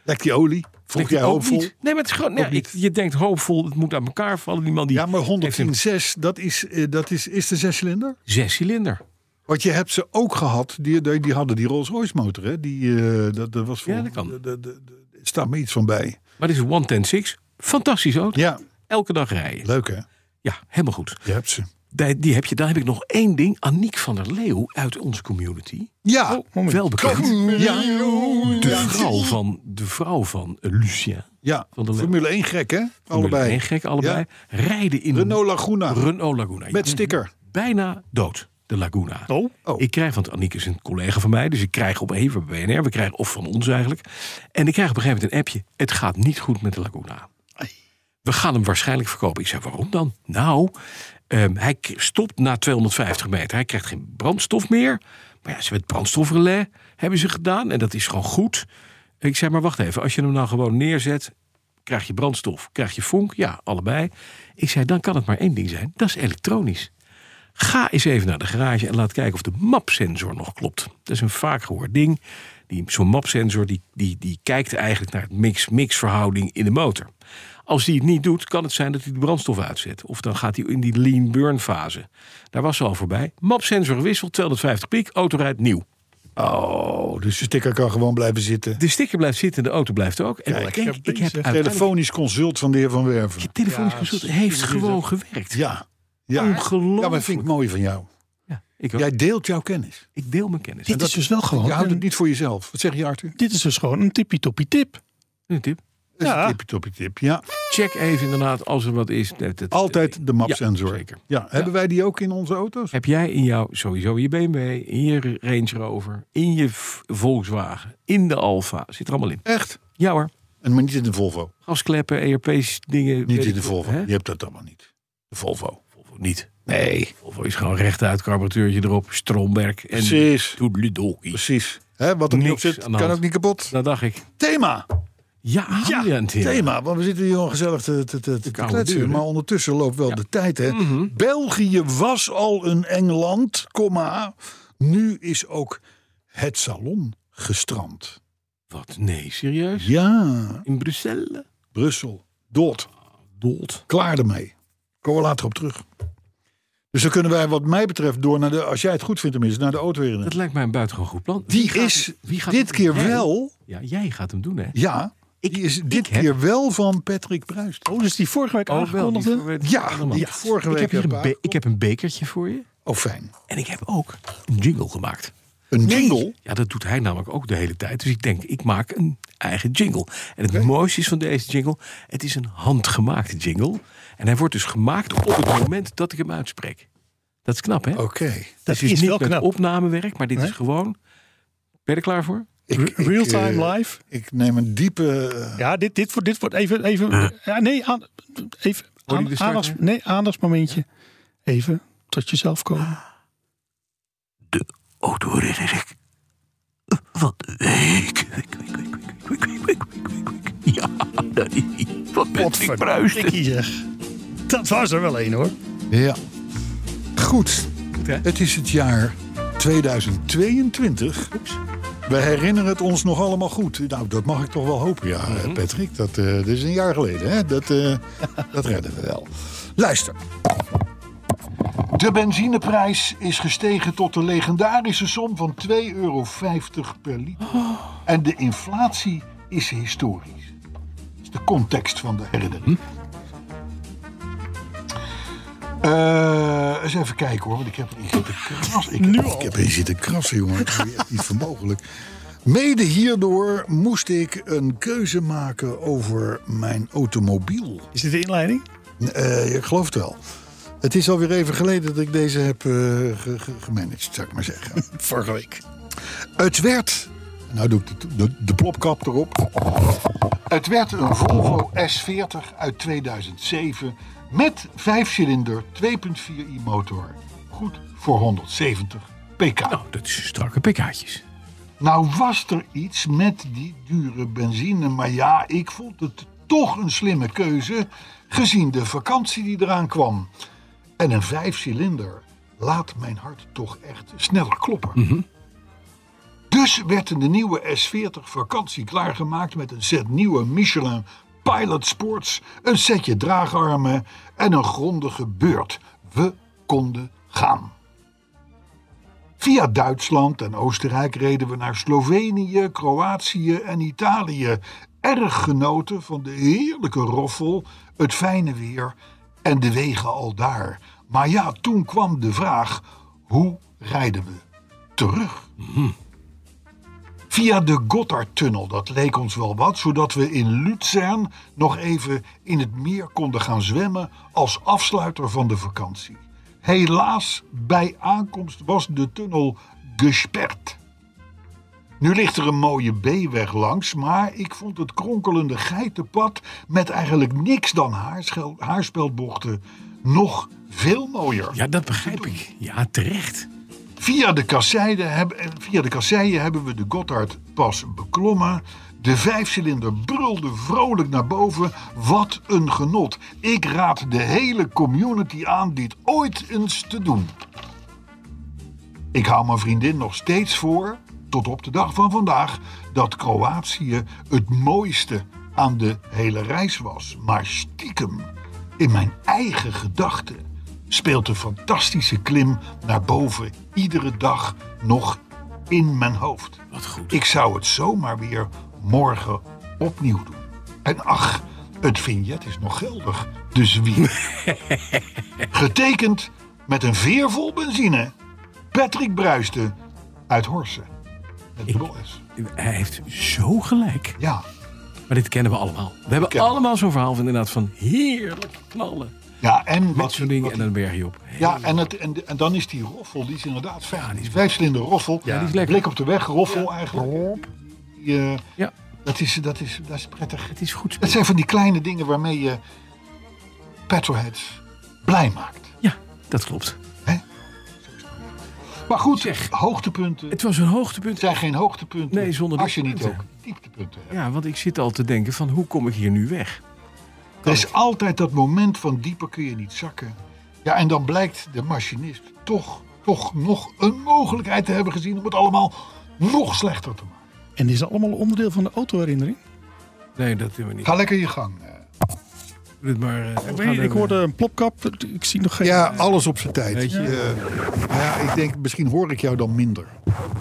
Lek die olie. Vroeg Denkt hij jij ook hoopvol? niet. Nee, maar het is gewoon, nee, niet. ik- je denkt hoopvol, het moet aan elkaar vallen. Die man die Ja, maar heeft een 110.6, dat is, eh, dat is, is de zescilinder? zescilinder. Want je hebt ze ook gehad, die, die, die hadden die Rolls-Royce motor, hè? Die, eh, dat, dat was voor, Ja, dat kan. staat me iets van bij. Maar dit is een 110.6. Fantastisch auto. Ja, Elke dag rijden. leuk hè? Ja, helemaal goed. Je hebt ze. Die, die heb je. Dan heb ik nog één ding. Aniek van der Leeuw uit onze community. Oh, Ja, Wel bekend. ja, De vrouw van, de vrouw van eh, Lucien. ja. Van de Leeuw. Formule 1 gek hè? Allebei. Een gek, allebei. Rijden in Renault Laguna, Renault Laguna. met sticker. bijna dood, de Laguna. Oh. Oh. Ik krijg, want Aniek is een collega van mij, dus ik krijg op even bij BNR, we krijgen, of van ons eigenlijk. En ik krijg op een gegeven moment een appje: het gaat niet goed met de Laguna. We gaan hem waarschijnlijk verkopen. Ik zei: waarom dan? Nou, ehm, hij k- stopt na 250 meter. Hij krijgt geen brandstof meer. Maar ja, ze hebben het brandstofrelais hebben ze gedaan en dat is gewoon goed. Ik zei: maar wacht even, als je hem nou gewoon neerzet. Krijg je brandstof, krijg je vonk? Ja, allebei. Ik zei, dan kan het maar één ding zijn. Dat is elektronisch. Ga eens even naar de garage en laat kijken of de mapsensor nog klopt. Dat is een vaak gehoord ding. Die- Zo'n mapsensor die, die, die kijkt eigenlijk naar het mix-mix verhouding in de motor. Als die het niet doet, kan het zijn dat hij de brandstof uitzet. Of dan gaat hij in die lean burn fase. Daar was ze al voorbij. Mapsensor gewisseld, 250 piek, auto rijdt nieuw. Oh, dus de sticker kan gewoon blijven zitten. De sticker blijft zitten, de auto blijft ook. En ik denk, ik heb uiteindelijk... Telefonisch consult van de heer Van Werven. Telefonisch consult heeft gewoon gewerkt. Ja, ja. Ongelooflijk. Ja, maar vind ik mooi van jou. Ja, ik, ook. Jij deelt jouw kennis. ik deel mijn kennis. Dit is dus wel Je houdt gewoon. het een- niet voor jezelf. Wat zeg je, Arthur? Dit is dus gewoon een tippie-toppie tip. Een tip. is Ja. een tipje topje tip. Ja, Check even inderdaad als er wat is. Dat- dat- altijd de Ja, mapsensor. Ja, zeker. hebben wij die ook in onze auto's? Heb jij in jouw, sowieso in je BMW, in je Range Rover, in je V- Volkswagen, in de Alfa, zit er allemaal in. Echt? Ja hoor, En maar niet in de Volvo. gaskleppen, ERP's, dingen. weet Niet in ik de veel, Volvo. hè? Je hebt dat allemaal niet. De Volvo. Volvo niet. Nee. Volvo is gewoon rechtuit, carburateurtje erop, stromwerk en Precies. toedeledokie. Precies. Hè, wat er niet op Niks zit, aan de kan hand. ook niet kapot. Dat dacht ik. Thema. Ja, Ja, Adriaan, ja. thema. Want we zitten hier al gezellig te, te, te, te koude kletsen. deur, hè? maar ondertussen loopt wel de tijd. Hè. Mhm. België was al een Engeland, komma. Nu is ook het salon gestrand. Wat? Nee, serieus? Ja, In Brussel? Brussel. Dood. Dood. Klaar ermee. Komen we later op terug. Dus dan kunnen wij wat mij betreft door naar de... Als jij het goed vindt tenminste, naar de auto Dat lijkt mij een buitengewoon goed plan. Wie Die gaat is hem- wie gaat dit hem- keer jij? wel... Ja, jij gaat hem doen, hè? Ja, die is dit heb- keer wel van Patrick Bruist. Oh, dus die vorige week Oh, wel. die aangekondigde. verwerkt- Ja, allemaal. die vorige Ik week heb, hier een hebben be- ik heb een bekertje voor je. Oh, fijn. En ik heb ook een jingle gemaakt. Een jingle. Ja, dat doet hij namelijk ook de hele tijd. Dus ik denk, ik maak een eigen jingle. En het mooiste is van deze jingle, het is een handgemaakte jingle. En hij wordt dus gemaakt op het moment dat ik hem uitspreek. Dat is knap, hè? Oké. Dat Het is niet wel met knap. opnamewerk, maar dit is gewoon... Ben je er klaar voor? Ik- ik, Real-time eh, live. Ik neem een diepe. eh, Ja, dit, dit, wordt, dit wordt even... even ja, nee, aan, even Hoor je aan, de start, aandachts, hè? nee, aandachtsmomentje. Even tot jezelf komen. De autoherinnering van de week. Week, week, week, week, week, week, week, week, week. Ja, nee. Wat ben ik bruist. Dikkie zeg. Dat was er wel één hoor. ja. Goed. hè? Het is het jaar 2022. We herinneren het ons nog allemaal goed. Nou, dat mag ik toch wel hopen, ja, Patrick. Dat, eh, dat is een jaar geleden, hè? Dat, eh, dat redden we wel. Luister. De benzineprijs is gestegen tot de legendarische som van 2,50 euro per liter. En de inflatie is historisch. Dat is de context van de herinnering. Eh, eens even kijken hoor, want ik heb erin zitten krassen. Ik, heb- ik heb erin zitten krassen, jongen. Dat is echt niet vermogelijk. Mede hierdoor moest ik een keuze maken over mijn automobiel. Is dit de inleiding? Eh, ik geloof het wel. Het is alweer even geleden dat ik deze heb eh, ge- ge- gemanaged, zou ik maar zeggen. Vorige week. Het werd. Nou doe ik de, de, de plopkap erop. Het werd een Volvo S40 uit 2007 met 5-cilinder 2.4i motor. Goed voor 170 pk. Nou, dat is strakke pk'tjes. Nou was er iets met die dure benzine, maar ja, ik vond het toch een slimme keuze gezien de vakantie die eraan kwam. En een vijfcilinder laat mijn hart toch echt sneller kloppen. Dus werd de nieuwe S40 vakantie klaargemaakt met een set nieuwe Michelin Pilot Sports, een setje draagarmen en een grondige beurt. We konden gaan. Via Duitsland en Oostenrijk reden we naar Slovenië, Kroatië en Italië. Erg genoten van de heerlijke roffel, het fijne weer en de wegen al daar. Maar ja, toen kwam de vraag: hoe rijden we terug? Via de Gotthardtunnel, dat leek ons wel wat, zodat we in Luzern nog even in het meer konden gaan zwemmen als afsluiter van de vakantie. Helaas, bij aankomst was de tunnel gesperd. Nu ligt er een mooie B-weg langs, maar ik vond het kronkelende geitenpad met eigenlijk niks dan haarschel- haarspeldbochten nog veel mooier. Ja, dat begrijp ik. Ja, terecht. Via de, kasseien hebben, eh, via de kasseien hebben we de Gotthard pas beklommen. De vijfcilinder brulde vrolijk naar boven. Wat een genot. Ik raad de hele community aan dit ooit eens te doen. Ik hou mijn vriendin nog steeds voor, tot op de dag van vandaag, dat Kroatië het mooiste aan de hele reis was. Maar stiekem, in mijn eigen gedachten, speelt de fantastische klim naar boven iedere dag nog in mijn hoofd. Wat goed. Ik zou het zomaar weer morgen opnieuw doen. En ach, het vignet is nog geldig, dus wie? Getekend met een veer vol benzine. Patrick Bruisten uit Horsen. Met dubbel S. Hij heeft zo gelijk. Ja. Maar dit kennen we allemaal. We hebben Kennen we. allemaal zo'n verhaal van inderdaad van heerlijk knallen. Ja, en Met wat, zo'n ding en dan berg je op. ja, en, het, en, en dan is die roffel, die is inderdaad fijn. die vijfcilinder roffel, Ja, die is lekker. blik op de weg, roffel eigenlijk. Die, eh, Ja. dat, is, dat, is, dat is prettig. Het is goed spelen. Dat zijn van die kleine dingen waarmee je petrolheads blij maakt. Ja, dat klopt. Maar goed, Zeg. hoogtepunten Het was een hoogtepunt. zijn geen hoogtepunten. Nee, zonder als je niet ook dieptepunten. dieptepunten hebt. Ja, want ik zit al te denken van hoe kom ik hier nu weg? Er is altijd dat moment van dieper kun je niet zakken. Ja, en dan blijkt de machinist toch, toch nog een mogelijkheid te hebben gezien om het allemaal nog slechter te maken. En die is allemaal onderdeel van de autoherinnering. Nee, dat doen we niet. Ga lekker je gang. eh. Doe het maar, eh, we Ik, gaan weet, niet, er- ik hoorde een plopkap. Ik zie nog geen... Ja, alles op zijn tijd. Weet je? Eh, nou ja, ik denk, misschien hoor ik jou dan minder.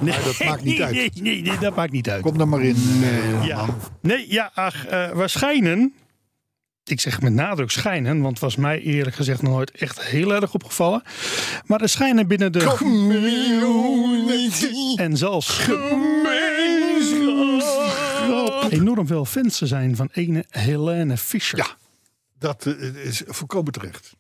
Maar dat maakt niet uit. Nee, nee, nee, dat maakt niet uit. Kom dan maar in. eh, Ja. man. Nee, ja, ach, eh, we schijnen. Ik zeg met nadruk schijnen, want was mij eerlijk gezegd nog nooit echt heel erg opgevallen. Maar er schijnen binnen de. En zelfs. Enorm veel fans te zijn van ene Helene Fischer. Ja. Dat eh, is voorkomen terecht.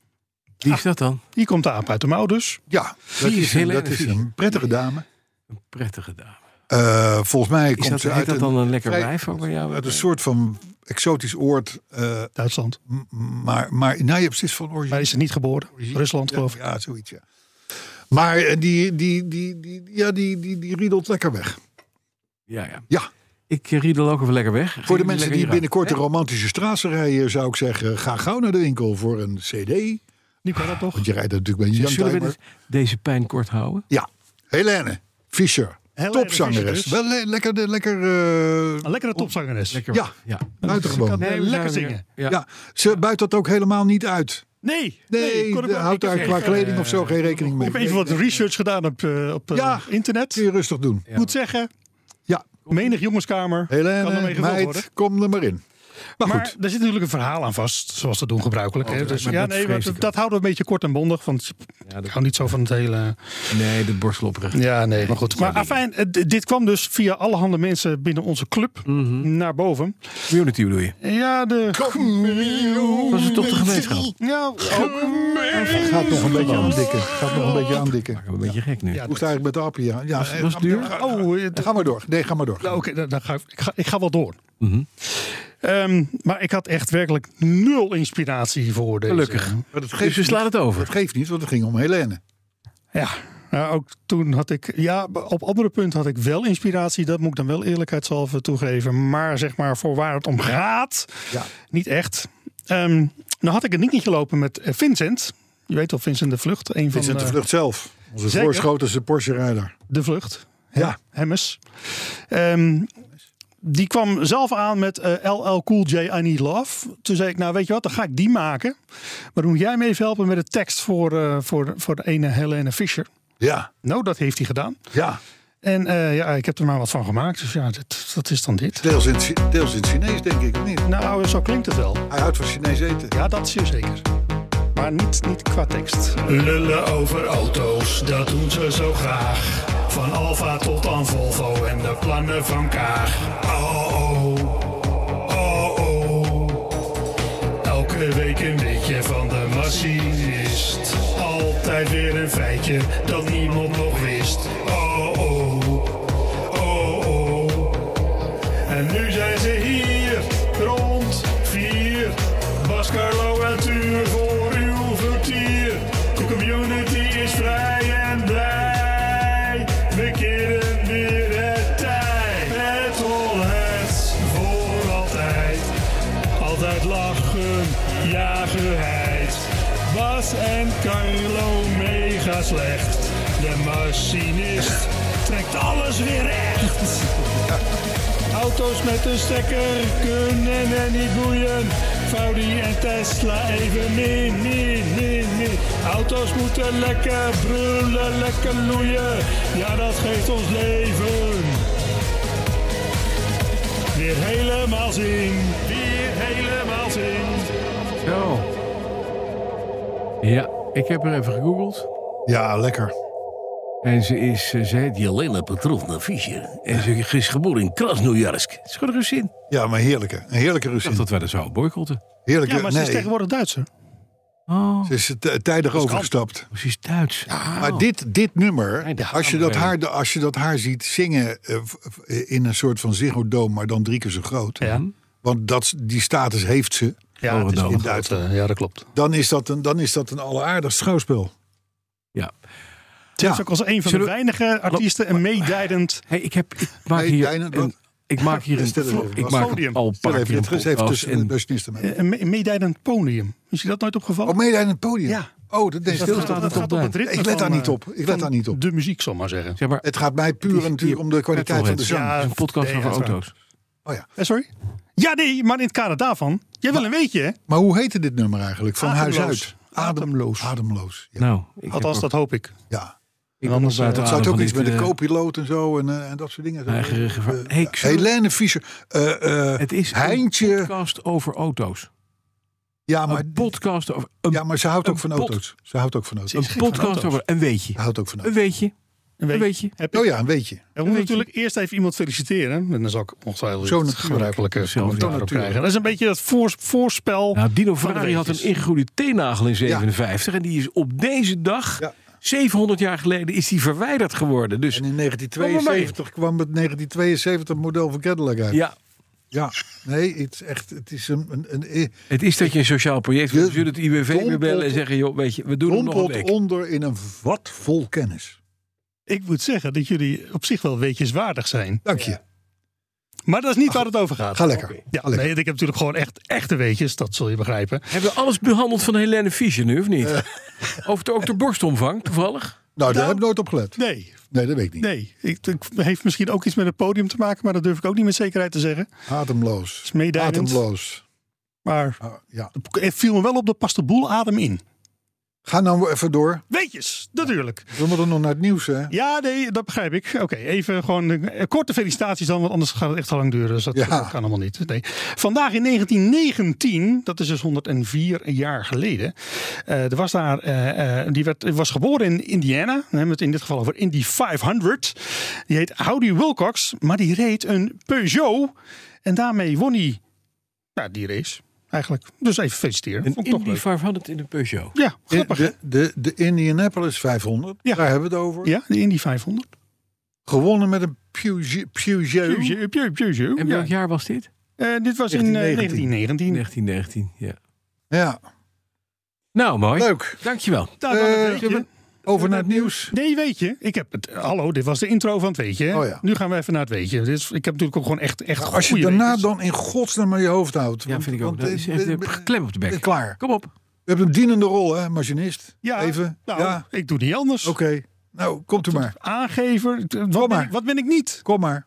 Wie is dat dan? Die komt de aap uit de mouw dus. Ja, dat Die is is, een, heel dat is energiek. een prettige dame. Een prettige dame. Eh, volgens mij Is komt dat, ze heet uit dat een, dan een lekker vrij- wijf ook bij jou? uit een soort van exotisch oord. eh, Duitsland. m- maar, maar nou, je hebt precies van Maar origine. is het niet geboren? Rusland, Ja, geloof ik. Ja, zoiets, ja. Maar eh, die, die, die, die, ja, die, die, die riedelt lekker weg. Ja, ja. Ja, Ik eh, riedel ook even lekker weg. Voor de Jullie mensen lekker Eh, die hieraan. binnenkort de romantische straatsen rijden, zou ik zeggen: ga gauw naar de winkel voor een CD. Die kan dat toch? Want je rijdt natuurlijk bij Zeg, Jan Zullen we Timer. dit- deze pijn kort houden? Ja, Helene Fischer, Helene topzangeres. Fischer dus. Wel le- lekker, de, lekker, eh, Een lekkere topzangeres. Lekker Ja. weg. ja. buitengewoon. kan- we lekker zijn weer- Ja. zingen. ja, ze buit dat ook helemaal niet uit. Nee, Nee, kon ik de- wel- houdt ik daar heb qua even- kleding of zo geen rekening mee. Ik heb even wat research gedaan op, eh, op eh, Ja. internet. Kun je rustig doen. Ik moet zeggen, Ja, menig jongenskamer kan ermee Helene, gevuld worden. meid, kom er maar in. Maar Maar goed, Oh, daar zit natuurlijk een verhaal aan vast, zoals dat doen gebruikelijk. hè. Dus, maar ja, dat nee, vrees ik want dat, ook. dat houden we een beetje kort en bondig, want ik hou niet zo van het hele... Nee, de borsteloprecht. Ja, nee, maar goed. Maar afijn, eh, d- dit kwam dus via allerhande mensen binnen onze club Mhm. naar boven. Community bedoel je? Ja, de... Was het toch de gemeenschap? Ja, oh. ook. gaat nog een beetje aandikken. Gaat nog een beetje aandikken. Ik ben een beetje gek nu. Ja, Hoe sta ik met de appie? Ja, ja eh, was het duur? ga- Oh, eh, Ga maar door. Nee, ga maar door. Nou, Oké, dan, dan ga ik, ik, ga, ik ga wel door. Mhm. Ehm, maar ik had echt werkelijk nul inspiratie voor deze. Gelukkig. Maar dat geeft Dus we niet. slaan het over. Dat geeft niet, want het ging om Helene. Ja, nou, ook toen had ik... Ja, op andere punten had ik wel inspiratie. Dat moet ik dan wel eerlijkheidshalve toegeven. Maar zeg maar voor waar het om gaat, Ja. niet echt. Ehm nou had ik een linkje gelopen met eh, Vincent. Je weet wel, Vincent de Vlucht. Een van Vincent de eh, Vlucht zelf. Onze Zeker. voorschotense Porsche-rijder. de Vlucht. Ja. Hemmes. Ehm, die kwam zelf aan met eh, LL Cool J I Need Love. Toen zei ik, nou weet je wat, dan ga ik die maken. Maar dan moet jij me even helpen met de tekst voor, eh, voor, voor de ene Helene Fischer. Ja, Nou, dat heeft hij gedaan. ja. En eh, ja, ik heb er maar wat van gemaakt. Dus ja, dit, dat is dan dit. Deels in, het- deels in het Chinees, denk ik. of Niet. Nou, zo klinkt het wel. Hij houdt van Chinees eten. Ja, dat is je zeker. Maar niet, niet qua tekst. Lullen over auto's, dat doen ze zo graag. Van Alfa tot aan Volvo en de plannen van Kaag. Oh, oh, oh, oh. Elke week een beetje van de machinist. Altijd weer een feitje dat niemand nog wist. Oh, oh, oh, oh. En nu zijn ze hier, rond vier. Bas, Carlo en Tuur voor uw vertier. De community is vrij en blij. We keren weer het tijd. Het rollet voor altijd. Altijd lachen, jagerheid. Bas en Carlo mega slecht. De machinist trekt alles weer recht. Auto's met een stekker kunnen en niet boeien. Audi en Tesla even min, min, min, min. Auto's moeten lekker brullen, lekker loeien. Ja, dat geeft ons leven weer helemaal zin. Weer helemaal zin. Zo. Ja, ik heb er even gegoogeld. Ja, lekker. En ze is, eh, ze heet Jelena Petrovna Fischer. En ze is geboren in Krasnojarsk. Het is gewoon een Russin. Ik Ja, maar heerlijke. Een heerlijke dacht Russin. dat wij dat zouden boycotten. Heerlijke, Ja, maar ze is nee, tegenwoordig Duitser. Oh, ze is t- tijdig overgestapt. ze is Duits. Ah. Oh. Maar dit, dit nummer, Nee, dat als je, gaan we dat haar, als je dat haar ziet zingen eh, v- v- in een soort van Ziggo Dome, maar dan drie keer zo groot. Want dat, die status heeft ze. Ja, Oh, het is nou. in In Duits. Duitsland. eh, ja dat klopt. Dan is dat een, dan is dat een alleraardigst schouwspel. Ja. Ze is ook als een van Zullen de we- weinige artiesten en meedijdend. Hey, ik, heb, ik maak Hey, hier Dijn, een, wat? ik maak hier een, Stel even, ik wat? maak Podium. al een Stel paar even, keer een dit eens even podcast tussen en de machinisten mee. eh, Een me- meedijdend podium. Is je dat nooit opgevallen? Oh, mede aan het podium? Ja. Oh, dat deed dat stil. gaat, dat dat gaat op op het daar. ritme Ik let van, daar niet eh, op. Ik let daar niet op. De muziek, zal ik maar zeggen. zeg maar, Het gaat mij puur natuurlijk om de kwaliteit van de zang. Ja, het is een podcast nee, over uiteraard. auto's. Oh ja. Eh, sorry? Ja, nee, maar in het kader daarvan. Jij wil een weetje, hè? Maar hoe heette dit nummer eigenlijk? Van huis Ademloos. uit. Ademloos. Ademloos. Ja. Nou, ik heb Althans, ook- dat hoop ik. ja. ik en anders, ben nog eh, buiten adem Dat zou het ook van iets dit, met de eh, co-piloot en zo en, eh, en dat soort dingen. eigen gevaar. Eh, Hey, ik zou- Helene Fischer. eh, eh, Het is een Heintje. podcast over auto's. Ja maar, Een podcast over een, ja, maar ze houdt ook van pot. auto's. Ze houdt ook van auto's. een is geen van podcast auto's. over een weetje. Ze houdt ook van Een auto's. weetje. Een Een weetje. weetje. Heb ik. Oh ja, een weetje. En we moeten natuurlijk eerst even iemand feliciteren. En dan zal ik ongetwijfeld Zo Zo'n natuurlijk. gebruikelijke Zelf, commentaar ja, op natuurlijk. krijgen. Dat is een beetje dat voors- voorspel. Nou, Dino Van de Ferrari had een weetjes. ingegroeide teennagel in 57. En die is op deze dag, Ja. 700 jaar geleden, is die verwijderd geworden. Dus En in Kom 1972 kwam het 1972 model van Cadillac uit. ja, Ja. Nee, het is echt. Het is een. een, e- een, een het is dat je een sociaal project wil. Je We zullen het IWV weer dompelt- bellen en zeggen, joh, weet je, we doen het nog een rompelt week. onder in een vat vol kennis. Ik moet zeggen dat jullie op zich wel weetjeswaardig zijn. Dank je. Maar dat is niet waar het over gaat. Ga lekker. Ja, Ga lekker. nee, ik heb natuurlijk gewoon echt echte weetjes. Dat zul je begrijpen. Hebben we alles behandeld van Helene Fischer nu, of niet? Of het ook de borstomvang, toevallig? Nou, daar Nou- heb ik nooit op gelet. Nee, Nee, dat weet ik niet. nee. Ik, ik- heeft misschien ook iets met het podium te maken. Maar dat durf ik ook niet met zekerheid te zeggen. Ademloos. is meeduidend. Ademloos. Maar Ah, ja. het viel me wel op. Dat past de boel adem in. Ga nou even door. Weetjes, natuurlijk. We moeten nog naar het nieuws, hè? Ja, nee, dat begrijp ik. Oké, even gewoon eh, korte felicitaties dan, want anders gaat het echt al lang duren. Dus dat, Ja. dat kan allemaal niet. Nee. Vandaag in 1919, dat is dus 104 jaar geleden, eh, er was daar, eh, eh, die werd, was geboren in Indiana. We hebben het in dit geval over Indy 500. Die heet Howdy Wilcox, maar die reed een Peugeot. En daarmee won hij nou, die race, eigenlijk. Dus even feliciteren. Een Vond ik toch Indy leuk. 500 in een Peugeot. Ja, De, grappig. hè? de, de, de Indianapolis 500, Ja. daar hebben we het over. Ja, de Indy 500. Gewonnen met een Peugeot. Peugeot. Peugeot, Peugeot, Peugeot. En ja. welk jaar was dit? Eh, dit was in eh, 1919. 1919. 1919, ja. Ja, Nou, mooi. leuk. Dankjewel. Nou, dan Eh, weet je. zullen Over naar het nieuws. Nee, weet je. Ik heb het. Hallo, dit was de intro van het weetje. hè? Oh ja. Nu gaan we even naar het weetje. Dit is, ik heb natuurlijk ook gewoon echt, echt Nou, als je goede daarna weetjes. dan in godsnaam maar je hoofd houdt. Ja, vind ik ook. Dat is echt eh, eh, klem op de eh, bek. Klaar. Kom op. Je hebt een dienende rol, hè, machinist. Ja, Even. nou, ja, ik doe niet anders. oké. Nou, komt u maar. Aangever. t- Wat ben, maar. ik, wat ben ik niet? Kom maar.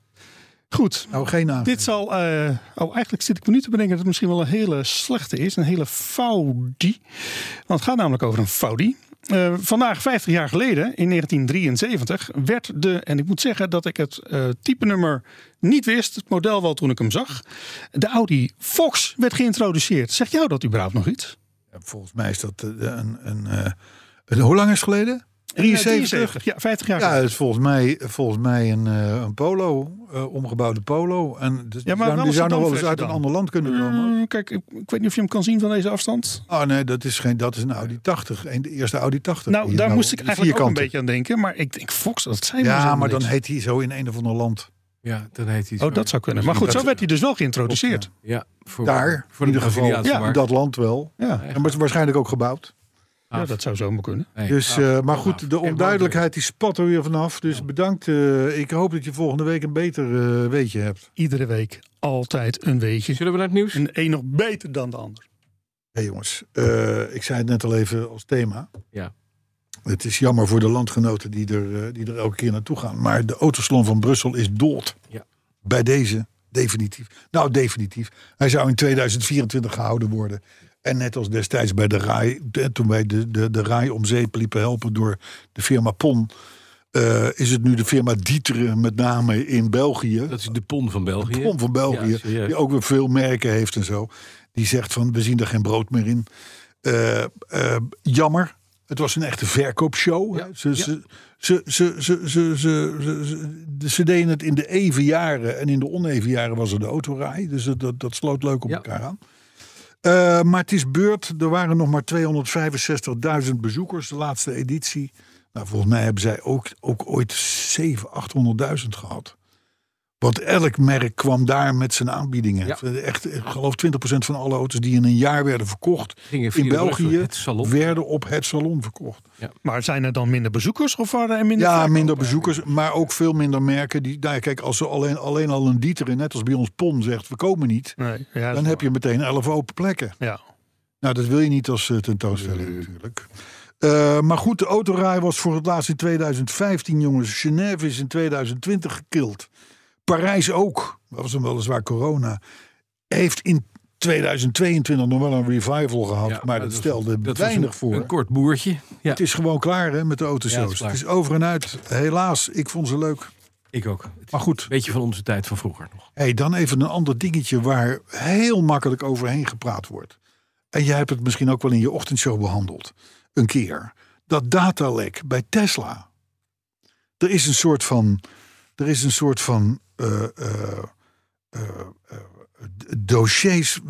Goed. Nou, geen aan. Dit zal. eh, oh, eigenlijk zit ik me nu te bedenken dat het misschien wel een hele slechte is. Een hele foudi. Want het gaat namelijk over een foudi. Eh, vandaag, 50 jaar geleden, in 1973, werd de. En ik moet zeggen dat ik het eh type nummer niet wist. Het model wel toen ik hem zag. De Audi Fox werd geïntroduceerd. Zegt jou dat überhaupt nog iets? Volgens mij is dat eh, een... een, eh, een hoe lang is het geleden? Eh, Ja, 50 jaar Ja, geleden. het is volgens mij, volgens mij een, eh, een polo, eh, omgebouwde polo. En dus die Ja, maar zou, wel die een zou nog wel eens sedanversie uit een dan. ander land kunnen komen. Mm, Kijk, ik, ik weet niet of je hem kan zien van deze afstand. Oh nee, dat is, geen, dat is een Audi 80. Een, de eerste Audi 80. Nou, Die daar nou moest ik de eigenlijk ook een vierkante. beetje aan denken. Maar ik denk, Fox, dat zijn we Ja, zo maar niks. dan heet hij zo in een of ander land. Ja, dan heet hij Oh, dat zou kunnen. Maar goed, zo werd hij dus wel geïntroduceerd. Ja, voor, Daar, voor in de ieder geval. Braziliaanse Ja, In markt. dat land wel. Ja, En wordt waarschijnlijk ook gebouwd. ja dat zou zomaar kunnen. Nee, Dus, ah, eh, maar af. goed, de Kijk, onduidelijkheid die spat er weer vanaf. Dus bedankt. eh, ik hoop dat je volgende week een beter eh, weetje hebt. Iedere week altijd een weetje. Zullen we naar het nieuws? En de een nog beter dan de ander. Hé jongens, eh, ik zei het net al even als thema. Ja. Het is jammer voor de landgenoten die er, eh, die er elke keer naartoe gaan. Maar de autosalon van Brussel is dood. Ja. Bij deze, definitief. Nou, definitief. Hij zou in 2024 gehouden worden. En net als destijds bij de RAI, de- toen wij de, de, de RAI om zeep liepen helpen door de firma PON. eh, is het nu de firma Dieteren met name in België. Dat is de pon van België. Pom van België, Ja, serieus. die ook weer veel merken heeft en zo. Die zegt van, we zien er geen brood meer in. Eh, eh, jammer, Het was een echte verkoopshow. hè. Ze, ze, ze, ze, ze, ze, ze, ze- ze- ze deden het in de even jaren en in de oneven jaren was er de autorij. Dus dat, dat, dat sloot leuk op Ja. elkaar aan. Eh, maar het is beurt. Er waren nog maar 265.000 bezoekers de laatste editie. Nou, volgens mij hebben zij ook, ook ooit 700.000, 800.000 gehad. Want elk merk kwam daar met zijn aanbiedingen. Echt, ik geloof 20% van alle auto's die in een jaar werden verkocht Gingen via in de brug door België het salon. werden op het salon verkocht. Maar zijn er dan minder bezoekers of waren er minder Ja, verkoop? minder bezoekers, maar ook veel minder merken. Die, nou ja, kijk, als ze alleen, alleen al een Dieter, net als bij ons Pon, zegt we komen niet. Nee, ja, dat Dan is heb je meteen 11 open plekken. waar. Ja. Nou, dat wil je niet als eh, tentoonstelling natuurlijk. Eh, maar goed, de autorij was voor het laatst in 2015, jongens. Genève is in 2020 gekild. Parijs ook. Dat was dan weliswaar corona. Heeft in 2022 nog wel een revival gehad. Ja, maar dat, was- stelde dat was weinig een- voor. Een kort boertje. Ja, Het is gewoon klaar hè, met de Ja, het autoshows. is klaar. het is over en uit. Helaas, ik vond ze leuk. ik ook. Het is Maar goed, een beetje van onze tijd van vroeger nog. Hey, dan even een ander dingetje waar heel makkelijk overheen gepraat wordt. En jij hebt het misschien ook wel in je ochtendshow behandeld. Een keer. Dat datalek bij Tesla. Er is een soort van. Er is een soort van. eh, eh, eh, eh, d- dossiers.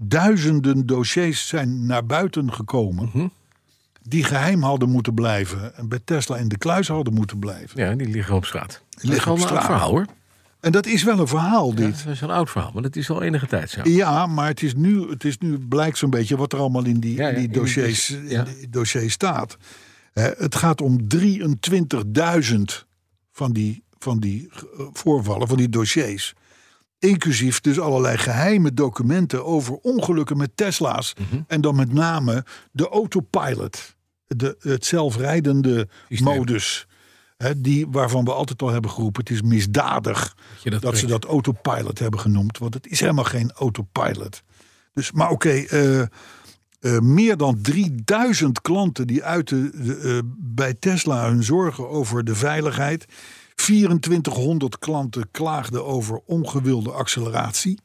Duizenden dossiers zijn naar buiten gekomen. Die geheim hadden moeten blijven. En bij Tesla in de kluis hadden moeten blijven. Ja, die liggen op straat. Die liggen op een oud straat. verhaal hoor. En dat is wel een verhaal, dit. Dat is een oud verhaal, maar dat is al enige tijd zo. Ja, maar het is nu, het is nu blijkt zo'n beetje wat er allemaal in die, Ja, ja, in die in die dossiers, dus- ja. in die dossiers staat. Eh, het gaat om 23.000 van die, van die eh, voorvallen, van die dossiers. Inclusief dus allerlei geheime documenten over ongelukken met Tesla's. Mhm. En dan met name de autopilot. De, het zelfrijdende Systeem. modus. Hè, die, waarvan we altijd al hebben geroepen, het is misdadig je dat dat, ze brengt. dat autopilot hebben genoemd. Want het is helemaal geen autopilot. Dus, maar oké, eh, eh, meer dan 3000 klanten die uiten eh, bij Tesla hun zorgen over de veiligheid. 2400 klanten klaagden over ongewilde acceleratie.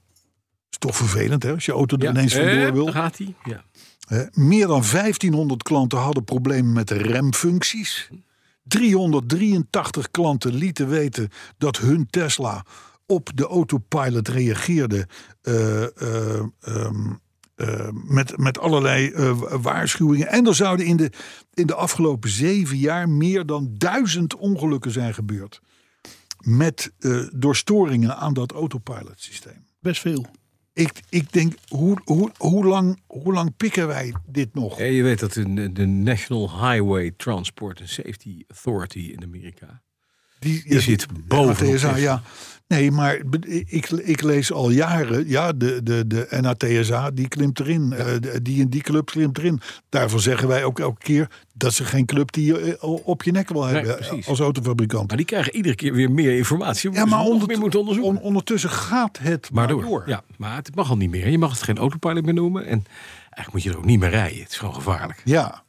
Is toch vervelend hè, als je auto er ineens vandoor Eh, wil. daar gaat hij. Ja. Hè, meer dan 1500 klanten hadden problemen met de remfuncties. 383 klanten lieten weten dat hun Tesla op de autopilot reageerde. eh, eh, ehm, eh, met, met allerlei eh, wa- waarschuwingen. En er zouden in de, in de afgelopen zeven jaar meer dan duizend ongelukken zijn gebeurd. Met, eh, door storingen aan dat autopilot systeem Best veel. ik, ik denk, hoe, hoe, hoe, lang, hoe lang pikken wij dit nog? Ja, Eh, je weet dat de, de National Highway Transport and Safety Authority in Amerika. Die, Je zit boven. NHTSA, ja. Nee, maar be- ik, ik lees al jaren, ja, de, de, de NHTSA, die klimt erin. Eh, de- die en die club klimt erin. Daarvan zeggen wij ook elke keer, dat ze geen club die je eh, op je nek wil hebben eh, precies. als autofabrikant. Maar die krijgen iedere keer weer meer informatie. ja, maar onder ondert- meer moeten onderzoeken. on- ondertussen gaat het maar maar door. Ja, maar het mag al niet meer. Je mag het geen autopilot meer noemen. En eigenlijk moet je er ook niet meer rijden. Het is gewoon gevaarlijk. ja.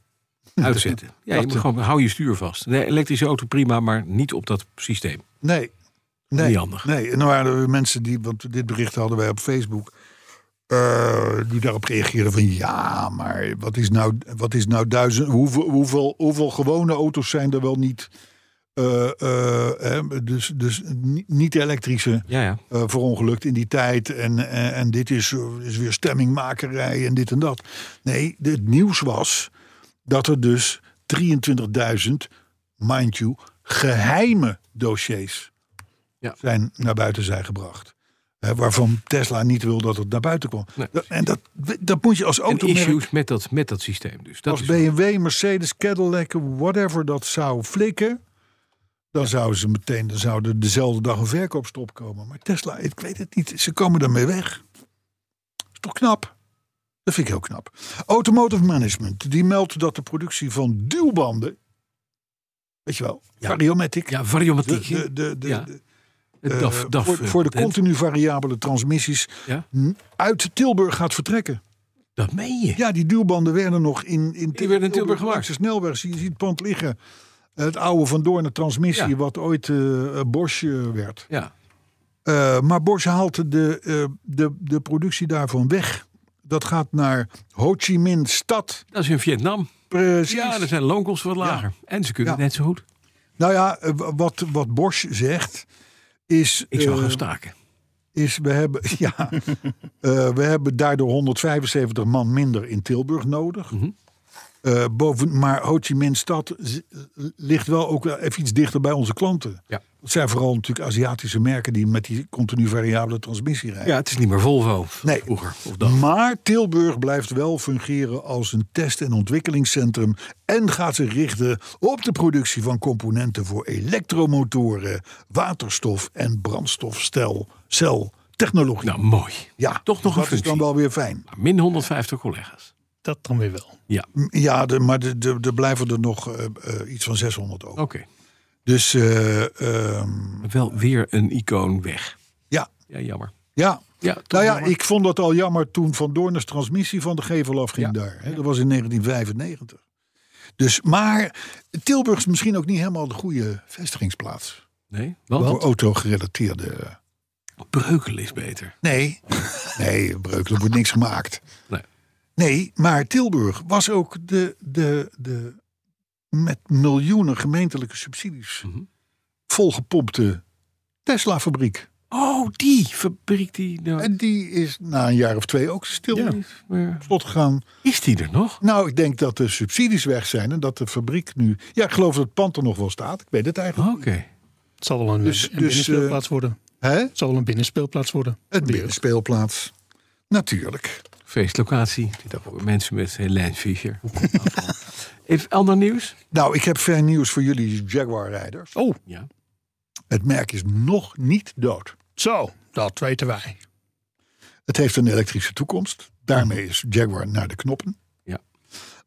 Uitzetten. Ja, je moet gewoon, hou je stuur vast. De elektrische auto prima, maar niet op dat systeem. Nee. nee. Niet handig. Nee, en dan waren er mensen die, want dit bericht hadden wij op Facebook. eh, die daarop reageerden van ja, maar wat is nou, wat is nou duizend, hoeveel, hoeveel, hoeveel gewone auto's zijn er wel niet? Eh, eh, hè, dus dus ni- niet elektrische Ja, ja. eh, verongelukt in die tijd. En, en, en dit is, eh, is weer stemmingmakerij en dit en dat. Nee, de- het nieuws was dat er dus 23.000, mind you, geheime dossiers Ja. zijn naar buiten zijn gebracht. Hè, waarvan Tesla niet wil dat het naar buiten kwam. Nee, Dat- en dat, dat moet je als En automerk issues met dat, met dat systeem dus. Dat als is BMW, Mercedes, Cadillac, whatever dat zou flikken. Dan zouden ze meteen dan zouden dezelfde dag een verkoopstop komen. Maar Tesla, ik weet het niet. Ze komen daarmee weg. Is toch knap? Dat vind ik heel knap. Automotive Management, die meldt dat de productie van duwbanden. Weet je wel, Ja. variomatic. Ja, de, variomatiek. de, de, de, Ja. de- Het eh, DAF, DAF, voor, voor de patent. continu variabele transmissies Ja? n- uit Tilburg gaat vertrekken. Dat meen je. Ja, die duwbanden werden nog in, in, werden in Tilburg gemaakt. langs De snelweg, zie- je ziet het pand liggen. Het oude Van Doorn transmissie, Ja. wat ooit eh, eh, Bosch eh, werd. Ja. Eh, maar Bosch haalt de, eh, de, de productie daarvan weg. Dat gaat naar Ho Chi Minh stad. Dat is in Vietnam. Precies. Ja, dan zijn de loonkosten wat lager. En ze kunnen Ja. het net zo goed. Nou ja, eh, wa- wat, wat Bosch zegt is... Ik zou eh, gaan staken. is we hebben, ja, eh, we hebben daardoor 175 man minder in Tilburg nodig. Mhm. Eh, boven, maar Ho Chi Minh stad z- ligt wel ook wel even iets dichter bij onze klanten. Ja. Dat zijn vooral natuurlijk Aziatische merken die met die continu variabele transmissie rijden. Ja, het is niet meer Volvo Nee. vroeger of dat. Maar Tilburg blijft wel fungeren als een test- en ontwikkelingscentrum en gaat zich richten op de productie van componenten voor elektromotoren, waterstof en brandstofstel, cel, technologie. Nou, mooi. Ja, Toch nog een dat is dan functie. wel weer fijn. Min 150 collega's. Dat dan weer wel. Ja, M, Ja, de, maar er de, de blijven er nog eh, eh, iets van 600 over. oké. Dus eh, ehm, Wel weer een icoon weg. ja, Ja, jammer. ja. Ja, toch nou ja, jammer. ik vond dat al jammer toen Van Doornes transmissie van de gevel afging daar. Hè. Dat was in 1995. Dus, maar Tilburg is misschien ook niet helemaal de goede vestigingsplaats. Nee, want Voor auto-gerelateerde... Breukelen is beter. Nee, nee, Breukelen wordt niks gemaakt. Nee. Nee, maar Tilburg was ook de, de, de met miljoenen gemeentelijke subsidies Mhm. volgepompte Tesla-fabriek. Oh, die fabriek die... Nou, En die is na een jaar of twee ook stil Ja. op maar- slot gegaan. Is die er nog? Nou, ik denk dat de subsidies weg zijn en dat de fabriek nu... Ja, ik geloof dat het pand er nog wel staat. Ik weet het Oké. eigenlijk. Het zal wel een, Dus- een dus, binnenspeelplaats worden. Hè? Het zal wel een binnenspeelplaats worden. Het binnenspeelplaats. Natuurlijk. Feestlocatie. Dit ook voor mensen met Helene Fischer. Even ander nieuws? Nou, ik heb fijn nieuws voor jullie Jaguar-rijders. Oh, Ja. Het merk is nog niet dood. zo. Dat weten wij. Het heeft een elektrische toekomst. Daarmee is Jaguar naar de knoppen. Ja.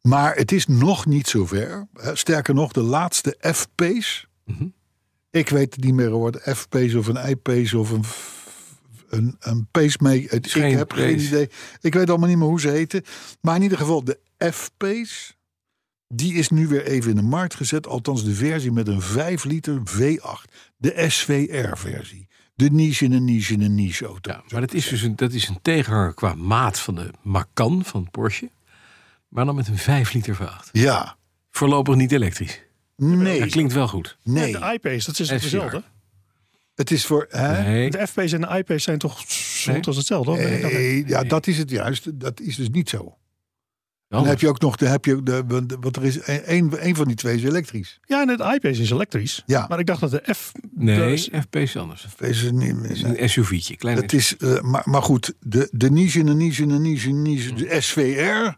Maar het is nog niet zover. Eh, Sterker nog, de laatste F-Pace. Mhm. Ik weet het niet meer hoor. de F-Pace of een I-Pace of een, f- een, een pacemaker. Ik geen heb geen pace. idee. Ik weet allemaal niet meer hoe ze heten. Maar in ieder geval de F-Pace. Die is nu weer even in de markt gezet. Althans de versie met een 5 liter V8. De SVR-versie. De niche in een niche in een niche auto. ja maar dat is dus een, dat is een tegenhanger qua maat van de Macan van Porsche. Maar dan met een 5 liter V8. Ja. Voorlopig niet elektrisch. Dat Nee, klinkt wel goed. nee. De iPace, dat is toch SVR. hetzelfde? Het is voor. Hè? Nee. De FP's en de iPace zijn toch Nee. soms als hetzelfde? hoor? Eh, Nee. ja, dat is het juist. Dat is dus niet zo. Dan anders. heb je ook nog. Dan heb je, ook de, want- want er is één één van die twee is elektrisch. Ja, en het iPace is elektrisch. Ja. Maar ik dacht dat de F... Nee, dus- FP is anders. Deze niet, Het is nee. een SUV'tje. Klein Het is, eh, maar, maar goed, de, de niche in de niche in de niche in de niche. Hmm. De SVR,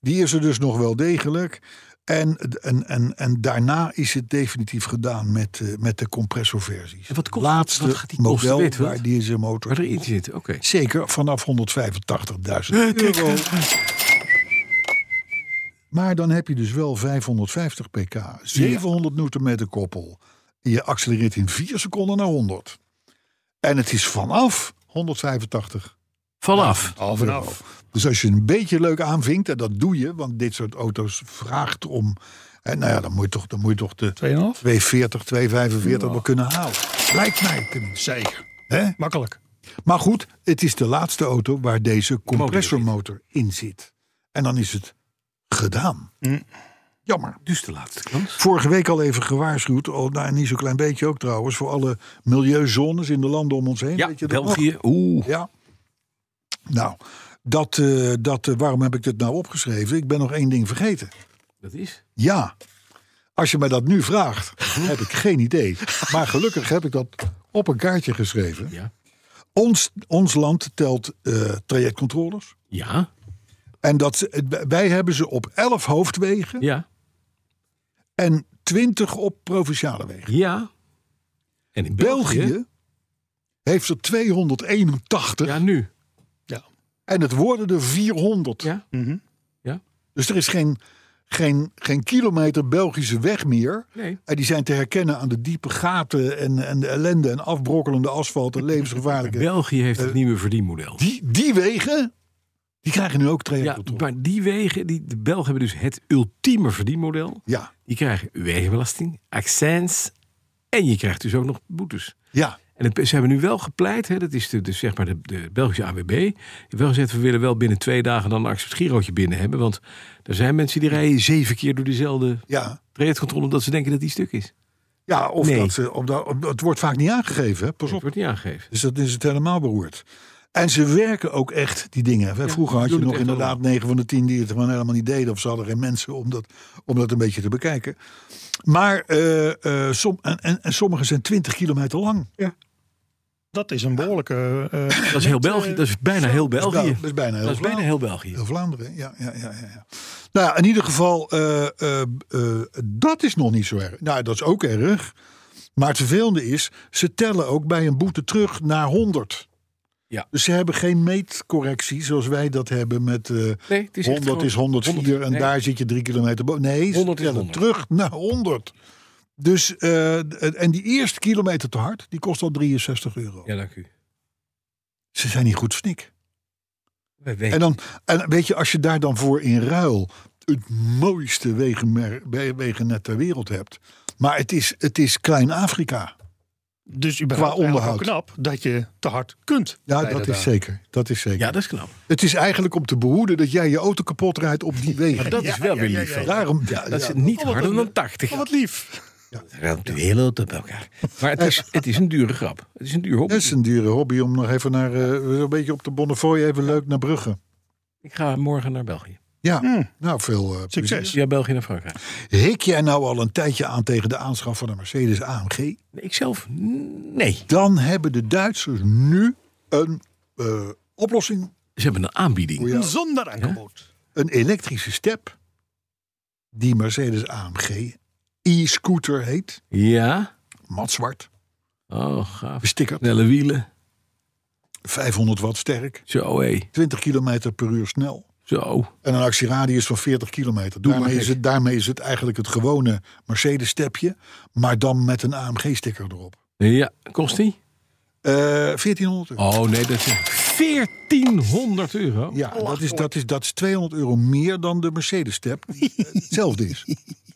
die is er dus nog wel degelijk. En, en, en, en daarna is het definitief gedaan met, eh, met de compressorversies. En wat kost- Laatste wat gaat die kosten, model weet je wat? waar deze motor... Waar erin zit, oké. Zeker vanaf 185.000 euro. Maar dan heb je dus wel 550 pk, 700 newtonmeter koppel. Je accelereert in 4 seconden naar 100. En het is vanaf 185. Vanaf. Vanaf. Dus als je een beetje leuk aanvinkt, en dat doe je, want dit soort auto's vraagt om. En nou ja, dan moet je toch, dan moet je toch de 2,5? 240, 245 wel kunnen halen. Lijkt mij tenminste. Zeker. Hè? Makkelijk. Maar goed, het is de laatste auto waar deze compressormotor in zit. En dan is het gedaan. Jammer. Dus de laatste kans. Vorige week al even gewaarschuwd, al, nou, niet zo'n klein beetje ook trouwens, voor alle milieuzones in de landen om ons heen. Ja, Weet je dat nog? België. Oeh. Ja. Nou, dat, eh, dat, eh, waarom heb ik dit nou opgeschreven? Ik ben nog één ding vergeten. Dat is? Ja, als je mij dat nu vraagt, heb ik geen idee. Maar gelukkig heb ik dat op een kaartje geschreven. Ja. Ons, ons land telt eh, trajectcontroles. Ja. En dat, ze- wij hebben ze op 11 hoofdwegen Ja. en 20 op provinciale wegen. Ja. En in België? België heeft er 281 Ja, nu. en het worden er 400. Ja. Ja. Dus er is geen, geen, geen kilometer Belgische weg meer. Nee. En die zijn te herkennen aan de diepe gaten en, en de ellende en afbrokkelende asfalt en levensgevaarlijke. België heeft het nieuwe verdienmodel. Die, die wegen, die krijgen nu ook Ja, trajectcontrole. maar die wegen, die, de Belgen hebben dus het ultieme verdienmodel. Ja, Die krijgen wegenbelasting, accents en je krijgt dus ook nog boetes. ja. En het, ze hebben nu wel gepleit, hè, dat is de, de, zeg maar de, de Belgische AWB. Die hebben wel gezegd, we willen wel binnen twee dagen dan een acceptgirootje binnen hebben. Want er zijn mensen die rijden zeven keer door diezelfde Ja, trajectcontrole omdat ze denken dat die stuk is. ja of Nee. dat ze, of dat, of- het wordt vaak niet aangegeven. Hè? Pas Dat op. wordt niet aangegeven. Dus dat is het helemaal beroerd. En ze werken ook echt, die dingen. Vroeger had doen je het nog echt inderdaad allemaal. 9 van de 10 die het gewoon helemaal niet deden. Of ze hadden geen mensen om dat, om dat een beetje te bekijken. Maar eh, eh, som, en, en, en sommige zijn 20 kilometer lang. Dat is een behoorlijke... eh, Dat is heel België, dat is bijna heel Dat is bijna- België. Dat is bijna heel Dat is bijna Vlaanderen. heel België. Heel Vlaanderen, ja. ja, ja, ja, ja. Nou, ja, in ieder geval, eh, eh, eh, dat is nog niet zo erg. Nou, dat is ook erg. Maar het vervelende is, ze tellen ook bij een boete terug naar 100. Ja. Dus ze hebben geen meetcorrectie zoals wij dat hebben met eh, Nee, het is echt 100 gewoon- is 104 en nee. daar zit je drie kilometer boven. Nee, ze 100 is tellen 100. terug naar 100. Dus, eh, d- en die eerste kilometer te hard, die kost al 63 euro. Ja, dank u. Ze zijn niet goed snik. Wij weten. En, dan, en weet je, als je daar dan voor in ruil het mooiste wegenmer- we- wegennet ter wereld hebt. Maar het is, het is Klein-Afrika. dus Qua überhaupt onderhoud. eigenlijk wel knap dat je te hard kunt. Ja, rijden dat daar. is zeker. Dat is zeker. Ja, dat is knap. Het is eigenlijk om te behoeden dat jij je auto kapot rijdt op die wegen. Maar dat is wel weer lief. van. Daarom, ja, Dat is ja. niet harder dan 80. Oh, wat lief. Ruimt de hele auto bij elkaar. Maar het is, het is een dure grap. Het is een duur hobby. Het is een dure hobby om nog even naar, eh, een beetje op de Bonnefoy, even leuk naar Brugge. Ik ga morgen naar België. Ja, nou veel eh, plezier. Succes. Ja, België naar Frankrijk. Hik jij nou al een tijdje aan tegen de aanschaf van een Mercedes AMG? Nee, ik zelf? N- Nee. Dan hebben de Duitsers nu een eh, oplossing Ze hebben een aanbieding. voor jou. Een Zonder aanbod. een elektrische step. Die Mercedes AMG e-scooter heet. Ja. Mat zwart. Oh, gaaf. Bestikkerd. Snelle wielen. 500 watt sterk. Zo, hé. 20 km per uur snel. Zo. En een actieradius van 40 kilometer. Doe Daarmee maar is, gek. het, daarmee is het eigenlijk het gewone Mercedes-stepje. Maar dan met een AMG-sticker erop. Ja, kost die? Eh 1400 euro. Oh, nee, dat is... 1400 euro? Ja, dat is, dat, is, dat is 200 euro meer dan de Mercedes-step. die, eh, Hetzelfde is.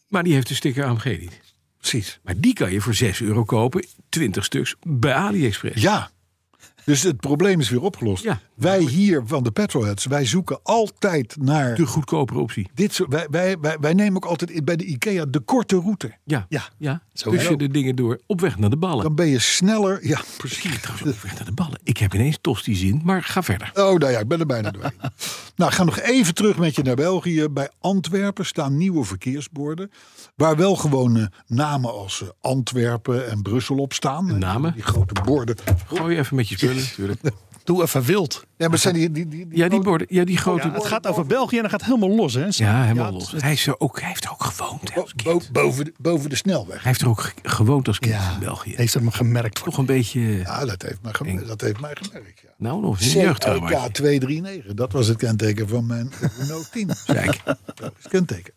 Maar die heeft een sticker AMG niet. Precies. Maar die kan je voor 6 euro kopen, 20 stuks, bij AliExpress. Ja. Dus het probleem is weer opgelost. Ja. Wij hier van de petrolheads, wij zoeken altijd naar De goedkopere optie. dit soort. Wij, wij, wij, wij nemen ook altijd bij de IKEA de korte route. Ja, Ja. ja. tussen de dingen door, op weg naar de ballen. Dan ben je sneller. Ja, precies. Kijk trouwens, op weg naar de ballen. Ik heb ineens tos die zin, maar ga verder. Oh, nou ja, ik ben er bijna doorheen. nou, ik ga nog even terug met je naar België. Bij Antwerpen staan nieuwe verkeersborden. Waar wel gewone namen als eh, Antwerpen en Brussel op staan. En namen? Die grote borden. Gooi even met je spullen, natuurlijk. Doe even wild. Ja, maar zijn die, die, die, die Ja, die borden, ja, die grote... Ja, het gaat over België en dat gaat helemaal los. Hè? Ja, helemaal los. Hij, is er ook, hij heeft er ook gewoond. hè, bo- als kind. bo- boven, de, boven de snelweg? Hij heeft er ook ge- gewoond als kind Ja. in België. Heeft hem gemerkt. Toch een beetje... eh, Ja, dat heeft mij, gem- dat heeft mij gemerkt. Ja. Nou, nog een eh, jeugdtraumaatje. CLK239, dat was het kenteken van mijn Renault 10. Kijk, Dat is het kenteken.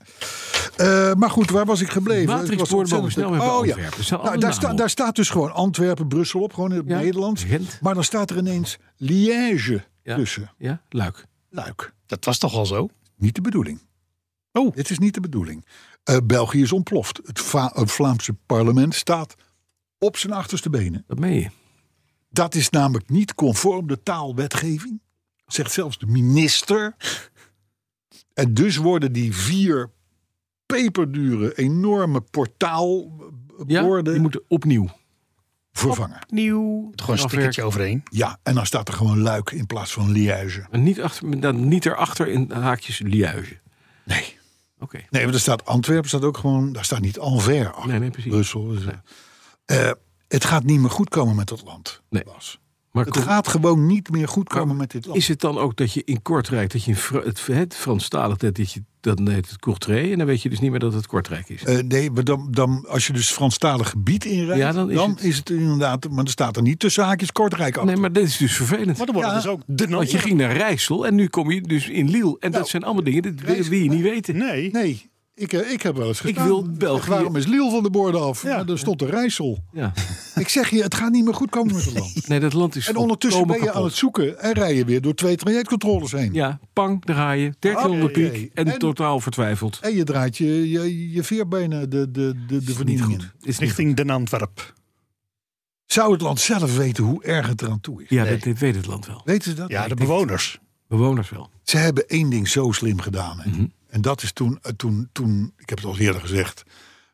Eh, maar goed, waar was ik gebleven? Matrixpoorten Ik was ontzettend boven snelweg druk. bij Oh ja, Antwerpen. Er staan Nou, alle daar, namen sta- op. daar staat dus gewoon Antwerpen, Brussel op, gewoon in het Ja, Nederlands. Gent. Maar dan staat er ineens Liège Ja. tussen. ja, luik. Luik. Dat was toch al zo? Niet de bedoeling. Oh. Dit is niet de bedoeling. Eh, België is ontploft. Het, Va- het Vlaamse parlement staat op zijn achterste benen. Dat meen je. Dat is namelijk niet conform de taalwetgeving, zegt zelfs de minister. En dus worden die vier peperdure, enorme Ja, portaalborden die moeten opnieuw. vervangen. Nieuw. Gewoon een stickertje overheen. Ja, en dan staat er gewoon luik in plaats van liège. En niet, achter, dan niet erachter in haakjes liuizen. Nee. Oké. Nee, want er staat Antwerpen, staat ook gewoon, daar staat niet Anvers achter. Nee, nee, precies. Brussel. dus, eh, eh, het gaat niet meer goed komen met dat land. Nee. Bas. Maar Het kom- gaat gewoon niet meer goed komen met dit land. is het dan ook dat je in Kortrijk, dat je in Fra- het, het Franstalig, dat je, dan heet het Kortrijk en dan weet je dus niet meer dat het Kortrijk is. Eh, nee, maar dan, dan, als je dus Franstalig gebied inrijdt, Ja, dan, dan is, is het... het- inderdaad, maar er staat er niet tussen haakjes Kortrijk achter. Nee, maar dit is dus vervelend. Maar dan worden Ja. dus ook de Want je ging naar Rijssel en nu kom je dus in Liel. En dat zijn allemaal dingen die, die- die je niet weten. Nee. Nee, ik, eh, ik heb wel eens Ik gedaan. wil België. Waarom is Liel van de borden af? Ja. Ja. daar stond de Rijssel. Ja. Ik zeg je, het gaat niet meer goed komen met het land. Nee, dat land is En ondertussen ben volkomen je kapot. aan het zoeken en rij je weer door twee trajectcontroles heen. Ja, pang, daar ga je. 1300 Oké. piek en, En- totaal vertwijfeld. En je draait je, je, je veerbenen de, de, de, de vernietiging. Is niet Richting Den Antwerp. Zou het land zelf weten hoe erg het eraan toe is? Ja, dat, dat weet het land wel. Weten ze dat? Ja, Nee. de bewoners. Bewoners wel. Ze hebben één ding zo slim gedaan. hè. Mhm. En dat is toen, eh, toen, toen, ik heb het al eerder gezegd.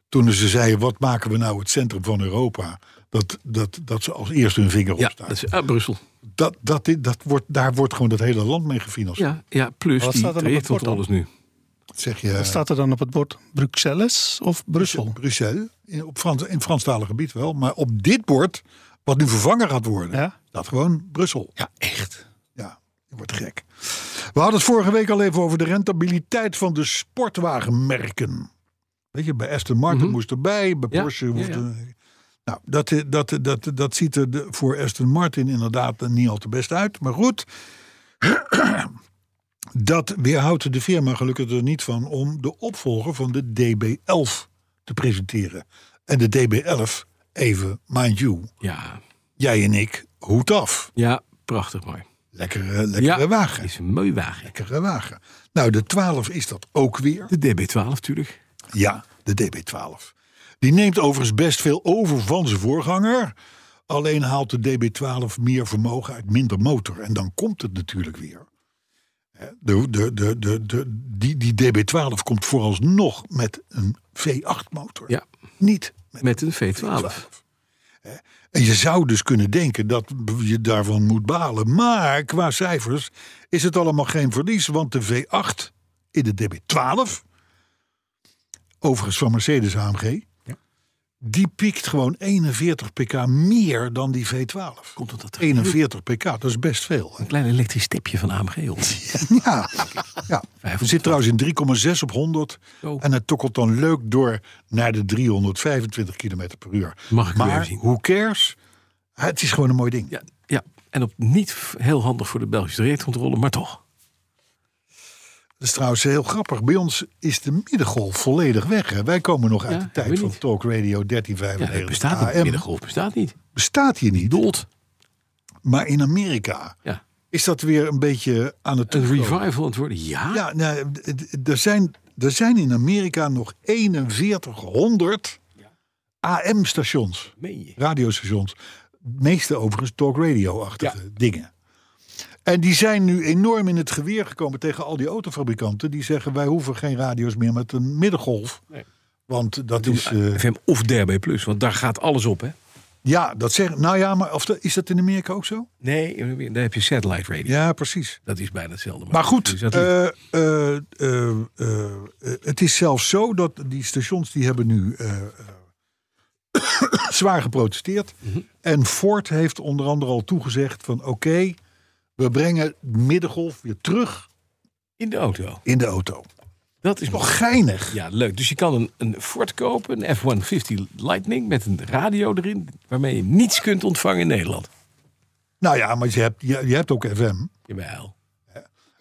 Toen ze zeiden, wat maken we nou het centrum van Europa? Dat, dat, dat ze als eerste hun vinger Ja, opstaan. dat is ah, Brussel. Dat, dat, dit- dat wordt, daar wordt gewoon dat hele land mee gefinancierd. Ja, ja plus Wat staat er die op het trajectcontroles nu. Dat Zeg je, eh, Wat staat er dan op het bord? Bruxelles of Brussel? Brussel, in, op Frans, in het Franstalig gebied wel. Maar op dit bord, wat nu vervangen gaat worden, Ja. dat gewoon Brussel. Ja, echt. Ja, je wordt gek. We hadden het vorige week al even over de rentabiliteit van de sportwagenmerken. Weet je, bij Aston Martin moest erbij, bij Mhm. Ja, Porsche ja, moest ja. er- Nou, dat, eh, dat, eh, dat, eh, dat ziet er de- voor Aston Martin inderdaad eh, niet al te best uit. Maar goed, dat weerhoudt de firma gelukkig er niet van om de opvolger van de DB11 te presenteren. En de DB11, even, mind you, Ja, jij en ik, hoed af. ja prachtig mooi. Lekkere, Ja, lekkere wagen. is een mooi wagen. lekkere wagen. Nou, de 12 is dat ook weer. De DB12 natuurlijk. Ja, de DB12. Die neemt overigens best veel over van zijn voorganger. Alleen haalt de DB12 meer vermogen uit minder motor. En dan komt het natuurlijk weer. Hè, De, de, de, de, de, die, die DB12 komt vooralsnog met een V8-motor. Ja, Niet met met een V12. Hè? En je zou dus kunnen denken dat je daarvan moet balen. Maar qua cijfers is het allemaal geen verlies. Want de V8 in de DB12, overigens van Mercedes AMG, die piekt gewoon 41 pk meer dan die V12. Komt omdat er 41 pk, dat is best veel. hè? een klein elektrisch stipje van AMG op. Ja, ja. we zitten trouwens in 3,6 op 100. Zo. En het tokkelt dan leuk door naar de 325 km per uur. Mag ik u maar even zien? hoe cares? Het is gewoon een mooi ding. Ja, ja, en op niet f- heel handig voor de Belgische trajectcontrole, maar toch. Dat is trouwens heel grappig. Bij ons is de middengolf volledig weg. Hè? Wij komen nog uit Ja, de hebben tijd we van niet. Talk Radio Ja, 1395 het bestaat niet. AM. Middengolf bestaat niet. Bestaat hier niet. Dood. Maar in Amerika Ja. is dat weer een beetje aan het Een terugkomen. revival aan het worden. Ja, Ja, nou, d- d- er, zijn, er zijn in Amerika nog 4100 AM-stations, meen je. radiostations. Het meeste overigens talk radio-achtige dingen. En die zijn nu enorm in het geweer gekomen tegen al die autofabrikanten. Die zeggen, wij hoeven geen radio's meer met een middengolf. Want dat is... eh, FM of DB+, Plus, want daar gaat alles op, hè? ja, dat zeggen... Nou ja, maar of dat, is dat in Amerika ook zo? Nee, eh, daar heb je satellite radio. Ja, precies. Dat is bijna hetzelfde. Maar Dus goed, dat is- eh, eh, eh, eh, eh, het is zelfs zo dat die stations die hebben nu eh, eh, zwaar geprotesteerd. Mhm. En Ford heeft onder andere al toegezegd van oké, we brengen middengolf weer terug in de auto. in de auto. Dat is Nog geinig. Ja, leuk. Dus je kan een, een Ford kopen, een F-150 Lightning met een radio erin, waarmee je niets kunt ontvangen in Nederland. Nou ja, maar je hebt, je, je hebt ook FM. Jawel.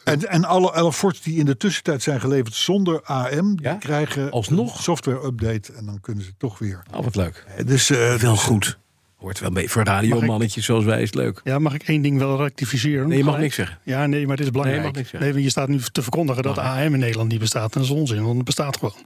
En, en alle elf Fords die in de tussentijd zijn geleverd zonder AM, die Ja, krijgen alsnog. een software-update en dan kunnen ze toch weer. Al Oh, wat leuk. Eh, Dus, eh, Wel goed. Hoort wel mee voor radiomannetjes zoals wij is leuk. Ja, mag ik één ding wel rectificeren? Nee, je mag niks zeggen. Ja, nee, maar dit is belangrijk. Nee, je mag Nee, niks zeggen. want je staat nu te verkondigen dat AM in Nederland niet bestaat. En dat is onzin, want het bestaat gewoon.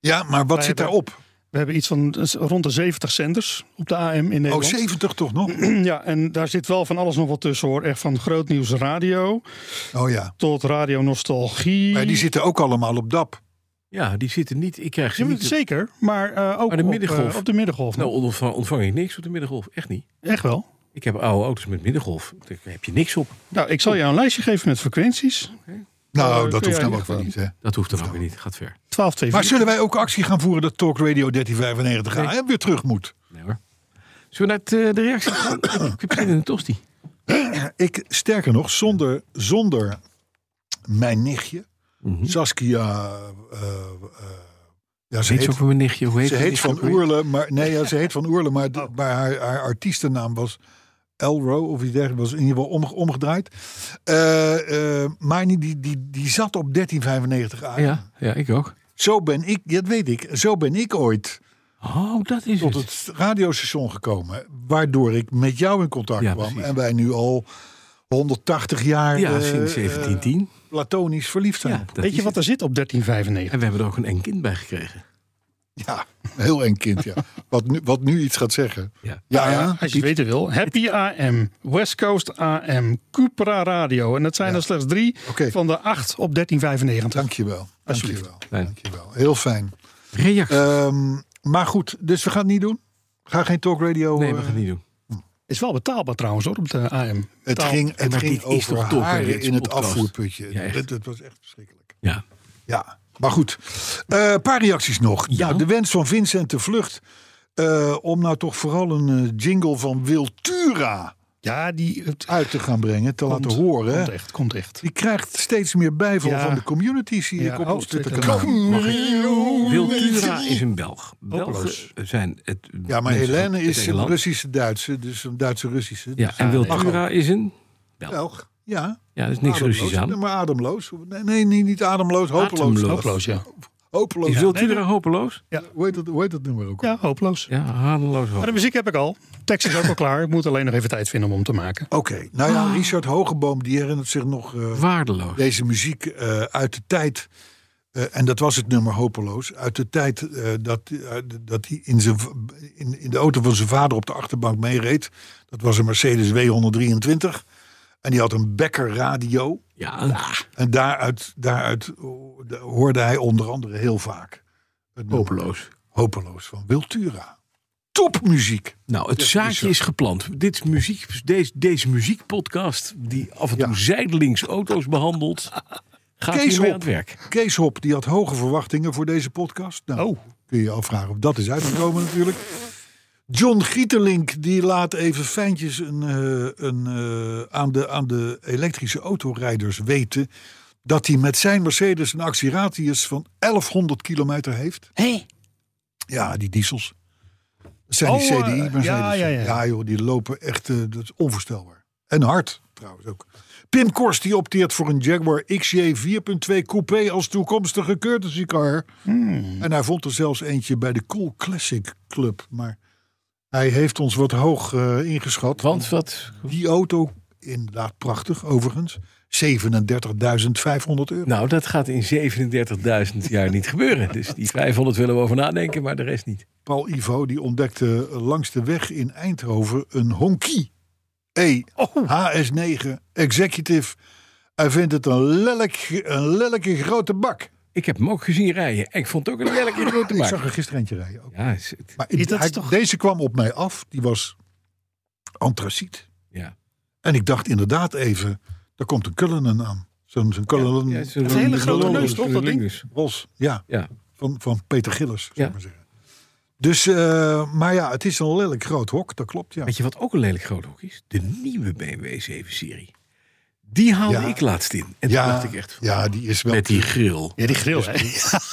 ja, maar wat zit Wij hebben- daarop? We hebben iets van eh, rond de 70 centers op de AM in Oh, Nederland. 70 toch nog? Ja, en daar zit wel van alles nog wat tussen hoor. Echt van groot nieuws radio Oh ja. tot radio nostalgie. Maar die zitten ook allemaal op DAP. Ja, die zitten niet. Ik krijg ze Ja, maar niet. Zeker, maar eh, ook Maar de op, middengolf. eh, op de middengolf. Nou, ontvang, ontvang ik niks op de middengolf. Echt niet. Echt wel. Ik heb oude auto's met middengolf. Daar heb je niks op. Nou, ik zal jou een lijstje geven met frequenties. Nou, Eh, dat kun hoeft jij nou ook niet weer niet. Hè? Dat hoeft dan ook weer niet. Gaat ver. 12, 2, Maar zullen wij ook actie gaan voeren dat Talk Radio 1395 AM weer terug moet? Nee hoor. Zullen we naar het, eh, de reactie gaan? ik heb zin in een tosti. Ik, sterker nog, zonder, zonder mijn nichtje, Saskia... eh, eh, ja, ze Niet heet, zo voor mijn nichtje. Hoe heet ze heet nicht ook Van weer? Oerle, maar, nee, ja, ze heet Van Oerle, maar, de- maar haar, haar artiestennaam was Elro of iets dergelijks, was in ieder geval omge- omgedraaid. Eh, eh, maar die, die, die, die zat op 1395 AM. Ja, ja, ik ook. Zo ben ik, ja, dat weet ik, zo ben ik ooit Oh, dat is tot het. het radiostation gekomen. Waardoor ik met jou in contact Ja, kwam. precies. En wij nu al 180 jaar Ja, eh, sinds eh, 1710. platonisch verliefd zijn. Ja, op. dat Weet is je wat het. er zit op 1395? En we hebben er ook een eng kind bij gekregen. Ja, een heel eng kind, ja. Wat nu, wat nu iets gaat zeggen. Nou Ja. Ja, ja. Als je het weten wil. Happy AM, West Coast AM, Cupra Radio. En dat zijn er slechts drie Oké. van de acht op 1395. Dankjewel. Alsjeblieft. Dankjewel. Fijn. Dankjewel. Heel fijn. Reactie. Ehm, maar goed, dus we gaan het niet doen. Ga geen talk radio. nee, eh, we gaan het niet doen. Is wel betaalbaar trouwens hoor, op de AM. het Taal. ging, het maar ging dit is over toch talk haren radio, het is in het podcast. afvoerputje. Ja, echt. Het, het was echt verschrikkelijk. Ja. Ja, maar goed. Eh, Een paar reacties nog. Ja. Nou, de wens van Vincent de Vlucht eh, om nou toch vooral een eh, jingle van Wiltura Ja, die het uit te gaan brengen, te komt- laten horen. hè. Komt echt, komt echt. Die krijgt steeds meer bijval Ja. van de community, zie Ja, ik op oh, ons Twitter. Twitter-kanaal. Wiltura is een Belg. Hopeloos. Belgen zijn het. Ja, maar mensen Helene uit is een Engeland. Russische-Duitse, dus een Duitse-Russische. Ja, Dus en Wiltura is een. Belg. Ja, Ja, er is niks ademloos. Russisch aan. Maar ademloos. Nee, nee niet, niet ademloos, hopeloos. Ademloos. Hopeloos, ja. Hopeloos. Is Ja, Wiltura hopeloos? Hoe, heet dat, hoe heet dat nummer ook? Ja, hopeloos. Ja, hadeloos Maar hopeloos. de muziek heb ik al. Tekst is ook al klaar. Ik moet alleen nog even tijd vinden om hem te maken. Oké, nou ja, Richard Hogeboom die herinnert zich nog eh, Waardeloos. deze muziek eh, uit de tijd. eh, en dat was het nummer hopeloos. Uit de tijd eh, dat, eh, dat hij in, zijn, v- in, in de auto van zijn vader op de achterbank meereed. Dat was een Mercedes W123. En die had een Becker radio. Ja, En daaruit, daaruit eh, hoorde hij onder andere heel vaak. Het nummer hopeloos. hopeloos van Wiltura. Topmuziek. Nou, het zaakje is gepland. Dit is muziek, deze, deze muziekpodcast, die af en toe Ja. zijdelings auto's behandelt, gaat Kees hiermee aan Hop. het werk. Kees Hop die had hoge verwachtingen voor deze podcast. Nou, Oh. kun je je afvragen of dat is uitgekomen natuurlijk. John Gieterlink die laat even fijntjes een, eh, een, eh, aan, de, aan de elektrische autorijders weten... dat hij met zijn Mercedes een actieradius van 1100 kilometer heeft. Hé? Ja, die diesels. Dat zijn die Oh, eh, CDI-Mercedes. ja, ja, ja. joh, die lopen echt eh, dat is onvoorstelbaar. En hard trouwens ook. Pim Kors die opteert voor een Jaguar XJ 4.2 Coupé als toekomstige courtesy car. En hij vond er zelfs eentje bij de Cool Classic Club. Maar hij heeft ons wat hoog eh, ingeschat. Want wat? Die auto, inderdaad prachtig overigens, 37.500 euro. Nou, dat gaat in 37.000 jaar niet gebeuren. Dus die 500 willen we over nadenken, maar de rest niet. Paul Ivo die ontdekte langs de weg in Eindhoven een Honky E HS9 Executive. Hij vindt het een lelijk, een lelijke grote bak. Ik heb hem ook gezien rijden. En ik vond het ook een lelijke grote Ik maak. zag er gisteren eentje rijden ook. Ja, is het- Maar Is dat hij- toch- deze kwam op mij af. Die was antraciet. ja. En ik dacht inderdaad even, daar komt een Cullinan aan. Zo'n zo'n Cullinan Ja, het is een hele grote neus, toch, dat ding? lingus. Ros. Ja, Ja. van, van Peter Gillis, zou Ja. ik maar zeggen. Dus, eh, maar ja, het is een lelijk groot hok, dat klopt, ja. Weet je wat ook een lelijk groot hok is? De nieuwe BMW 7-serie. Die haalde Ja. ik laatst in. En ja, toen dacht ik echt van, ja, die is wel... met die grill. Ja, Dus die grill, hè?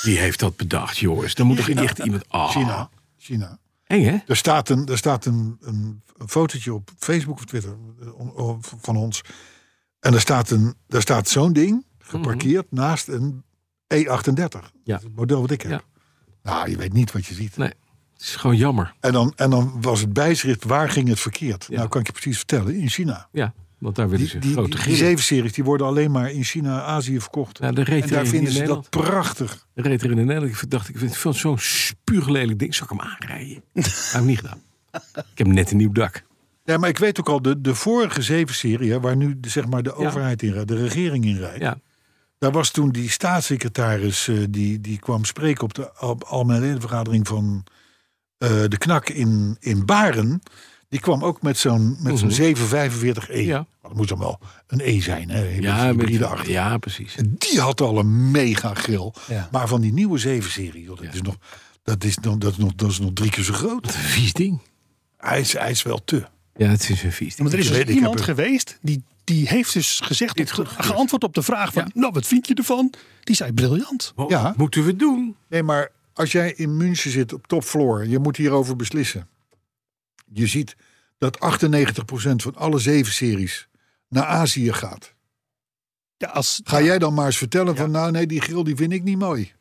Die heeft dat bedacht, jongens. Dan moet er echt iemand... Ah, China. China. Eng, hè? Er staat, een, er staat een, een, een fotootje op Facebook of Twitter eh, on- on- van ons. En er staat, een- daar staat zo'n ding geparkeerd naast een E38. Dat Mhm. Ja. is het model wat ik heb. Ja. Nou, je weet niet wat je ziet. Nee, het is gewoon jammer. En, dan, en dan was het bijschrift, waar ging het verkeerd? Nou, kan ik je precies vertellen, in China. Ja, want daar willen Die, ze die, die, grote die grillen. zeven-series die worden alleen maar in China, Azië verkocht. Nou, daar reed en er daar een vinden in ze Nederland. dat prachtig. Er reed er in de Nederland. Ik dacht, ik vind van zo'n spuuglelijk ding. Zal ik hem aanrijden? Dat heb ik niet gedaan. Ik heb net een nieuw dak. Ja, maar ik weet ook al, de, de vorige zeven-serie... hè, waar nu de, zeg maar, de overheid in rijdt, de regering in rijdt... Ja, Daar was toen die staatssecretaris eh, die, die kwam spreken op de al- algemene ledenvergadering van eh, de KNAK in, in Baren. Die kwam ook met zo'n met zo'n 745E. Ja. Maar dat moet dan wel een E zijn, hè? Een beetje ja, hybride met, achter. ja, precies. Die had al een mega grill. Ja. Maar van die nieuwe 7-serie, joh, dat, is nog, dat, is nog, dat, is nog, dat is nog drie keer zo groot. Vies ding. Hij is, hij is wel te. Ja, het is een vies ding. Maar er is Ik dus weet, ik iemand heb geweest die, die heeft dus gezegd, op de- geantwoord op de vraag van, nou wat vind je ervan? Die zei briljant. Wat Ja. moeten we doen? Nee, maar als jij in München zit op topfloor, je moet hierover beslissen. Je ziet dat 98% van alle zeven series naar Azië gaat. Ja, als, Ga jij dan maar eens vertellen van, nou nee, die grill die vind ik niet mooi.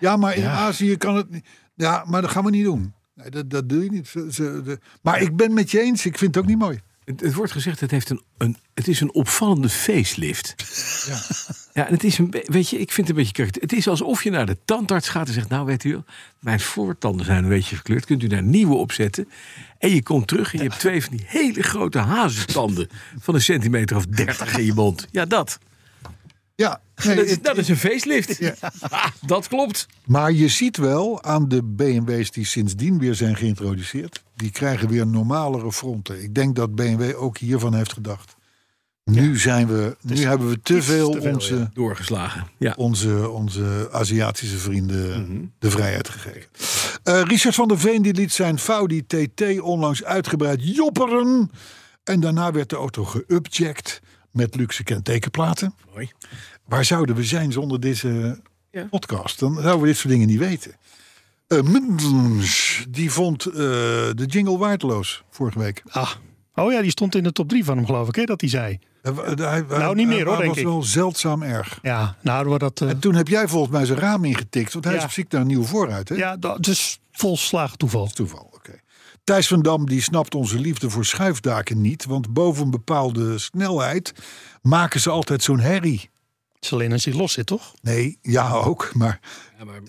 Ja, maar in Azië kan het niet. Ja, maar dat gaan we niet doen. Nee, dat, dat doe je niet. Ze- ze- de- Maar ik ben met je eens, ik vind het ook niet mooi. Het, het wordt gezegd, het, heeft een, een, het is een opvallende facelift. Ja, en het is een be- weet je, ik vind het een beetje correct. Het is alsof je naar de tandarts gaat en zegt: Nou, weet u, wel, mijn voortanden zijn een beetje verkleurd. Kunt u daar nieuwe op zetten? En je komt terug en je hebt twee van die hele grote hazentanden van een centimeter of dertig in je mond. Ja, dat. Ja, nee, Dat is, het- dat is een facelift. Ah, dat klopt. maar je ziet wel aan de BMW's die sindsdien weer zijn geïntroduceerd. Die krijgen weer normalere fronten. Ik denk dat BMW ook hiervan heeft gedacht. Nu, zijn we, nu hebben we te Dus iets veel, te veel, onze, Doorgeslagen. Ja. onze, onze Aziatische vrienden Mhm. de vrijheid gegeven. Eh, Richard van der Veen die liet zijn Faudi TT onlangs uitgebreid jopperen. En daarna werd de auto geupjacked met luxe kentekenplaten. Mooi. Waar zouden we zijn zonder deze podcast? Dan zouden we dit soort dingen niet weten. Eh Mendels, die vond eh, de jingle waardeloos vorige week. Ah. Oh ja, die stond in de top 3 van hem, geloof ik, hè, dat hij zei. Eh, w- eh, hij- Nou, niet hij- meer, hoor, Hij denk was ik. wel zeldzaam erg. Ja, nou, door dat. eh, En toen heb jij volgens mij zijn raam ingetikt, want hij Ja. is op ziek naar een nieuw vooruit. Hè? ja, dat is volslagen toeval. Toeval, oké. Thijs van Dam die snapt onze liefde voor schuifdaken niet. Want boven een bepaalde snelheid maken ze altijd zo'n herrie. Het is alleen als hij los zit, toch? Nee, ja ook, maar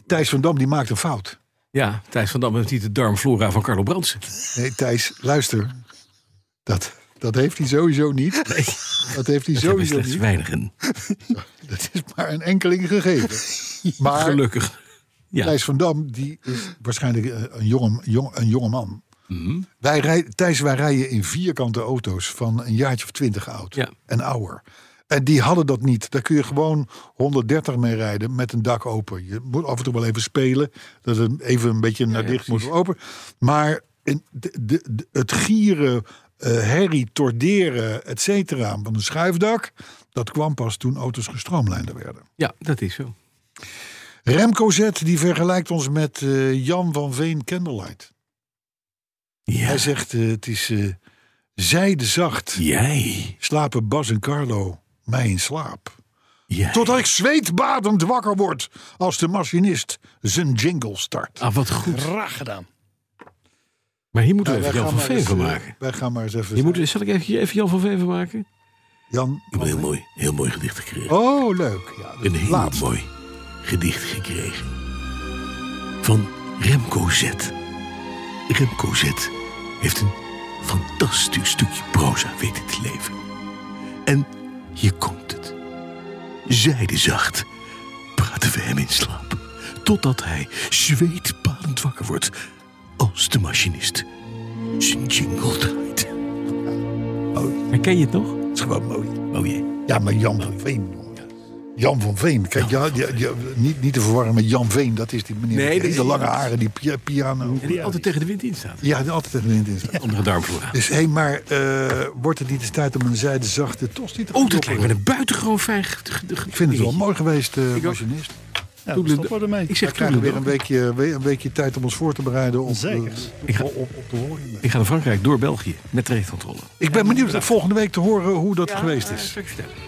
Thijs van Dam die maakt een fout. Ja, Thijs van Dam heeft niet de darmflora van Carlo Brandsen. Nee, Thijs, luister. Dat, dat heeft hij sowieso niet. Dat heeft hij Zo sowieso slechts niet. weinigen. Dat is maar een enkeling gegeven. Maar Gelukkig. Ja. Thijs van Dam, die is waarschijnlijk eh, een jonge, jong, een jonge man. Mhm. Wij rij, Thijs, wij rijden in vierkante auto's van een jaartje of twintig oud Ja. en ouder. En die hadden dat niet. Daar kun je gewoon 130 mee rijden met een dak open. Je moet af en toe wel even spelen. Dat het even een beetje naar dicht moet open. Maar in de, de, de- het gieren, eh herrie, torderen, et cetera, van een schuifdak... dat kwam pas toen auto's gestroomlijnder werden. Ja, dat is zo. Remco Z die vergelijkt ons met eh, Jan van Veen Candlelight. Ja. Hij zegt, eh, het is eh zijdezacht. Jij. Slapen Bas en Carlo mij in slaap. Jij. Totdat ik zweetbadend wakker word als de machinist zijn jingle start. Ah, wat goed. Graag gedaan. Maar hier moeten Nou, we wij even Jan van gaan maar Veen eens, van dus, eh, maken. Wij gaan maar eens even... Hier moeten, zal ik even, even Jan van Veen van maken? Jan... Ik heb een heel mooi, heel mooi gedicht gekregen. Oh, leuk. Ja, dat een is heel laat. mooi gedicht gekregen. Van Remco Z. Remco Z heeft een fantastisch stukje proza weten te leven. En hier komt het. Zijdezacht praten we hem in slaap. Totdat hij zweetbalend wakker wordt als de machinist zijn jingle draait. Herken je het nog? Het is gewoon mooi. Oh jee. Ja, maar Jan van Veen. jongen. Jan van Veen. Kijk, ja, ja, ja, niet, niet te verwarren met Jan Veen. Dat is die meneer Nee, met dat die is hele lange iemand. haren, die pia- piano. En die altijd tegen de wind in staat. Ja, altijd een wind in. Andere darmflora. Dus hé, maar eh, wordt het niet eens tijd om een zijdezachte tosti te gaan Oh, dat lijkt me kopen? een buitengewoon fijn. ge- ge- ge- Ik vind het wel dingetje. mooi geweest, eh ook. machinist. Ja, dan Toedelen- stoppen we ermee. Ik We zeg krijgen weer toedelen- een weekje, we- een weekje tijd om ons voor te bereiden op, Zeker. eh, Ik ga- op, op, op de horen. Ik ga naar Frankrijk door België met trajectcontrole. Ik ben benieuwd eh, volgende week te horen hoe dat geweest is. Zal ik je vertellen.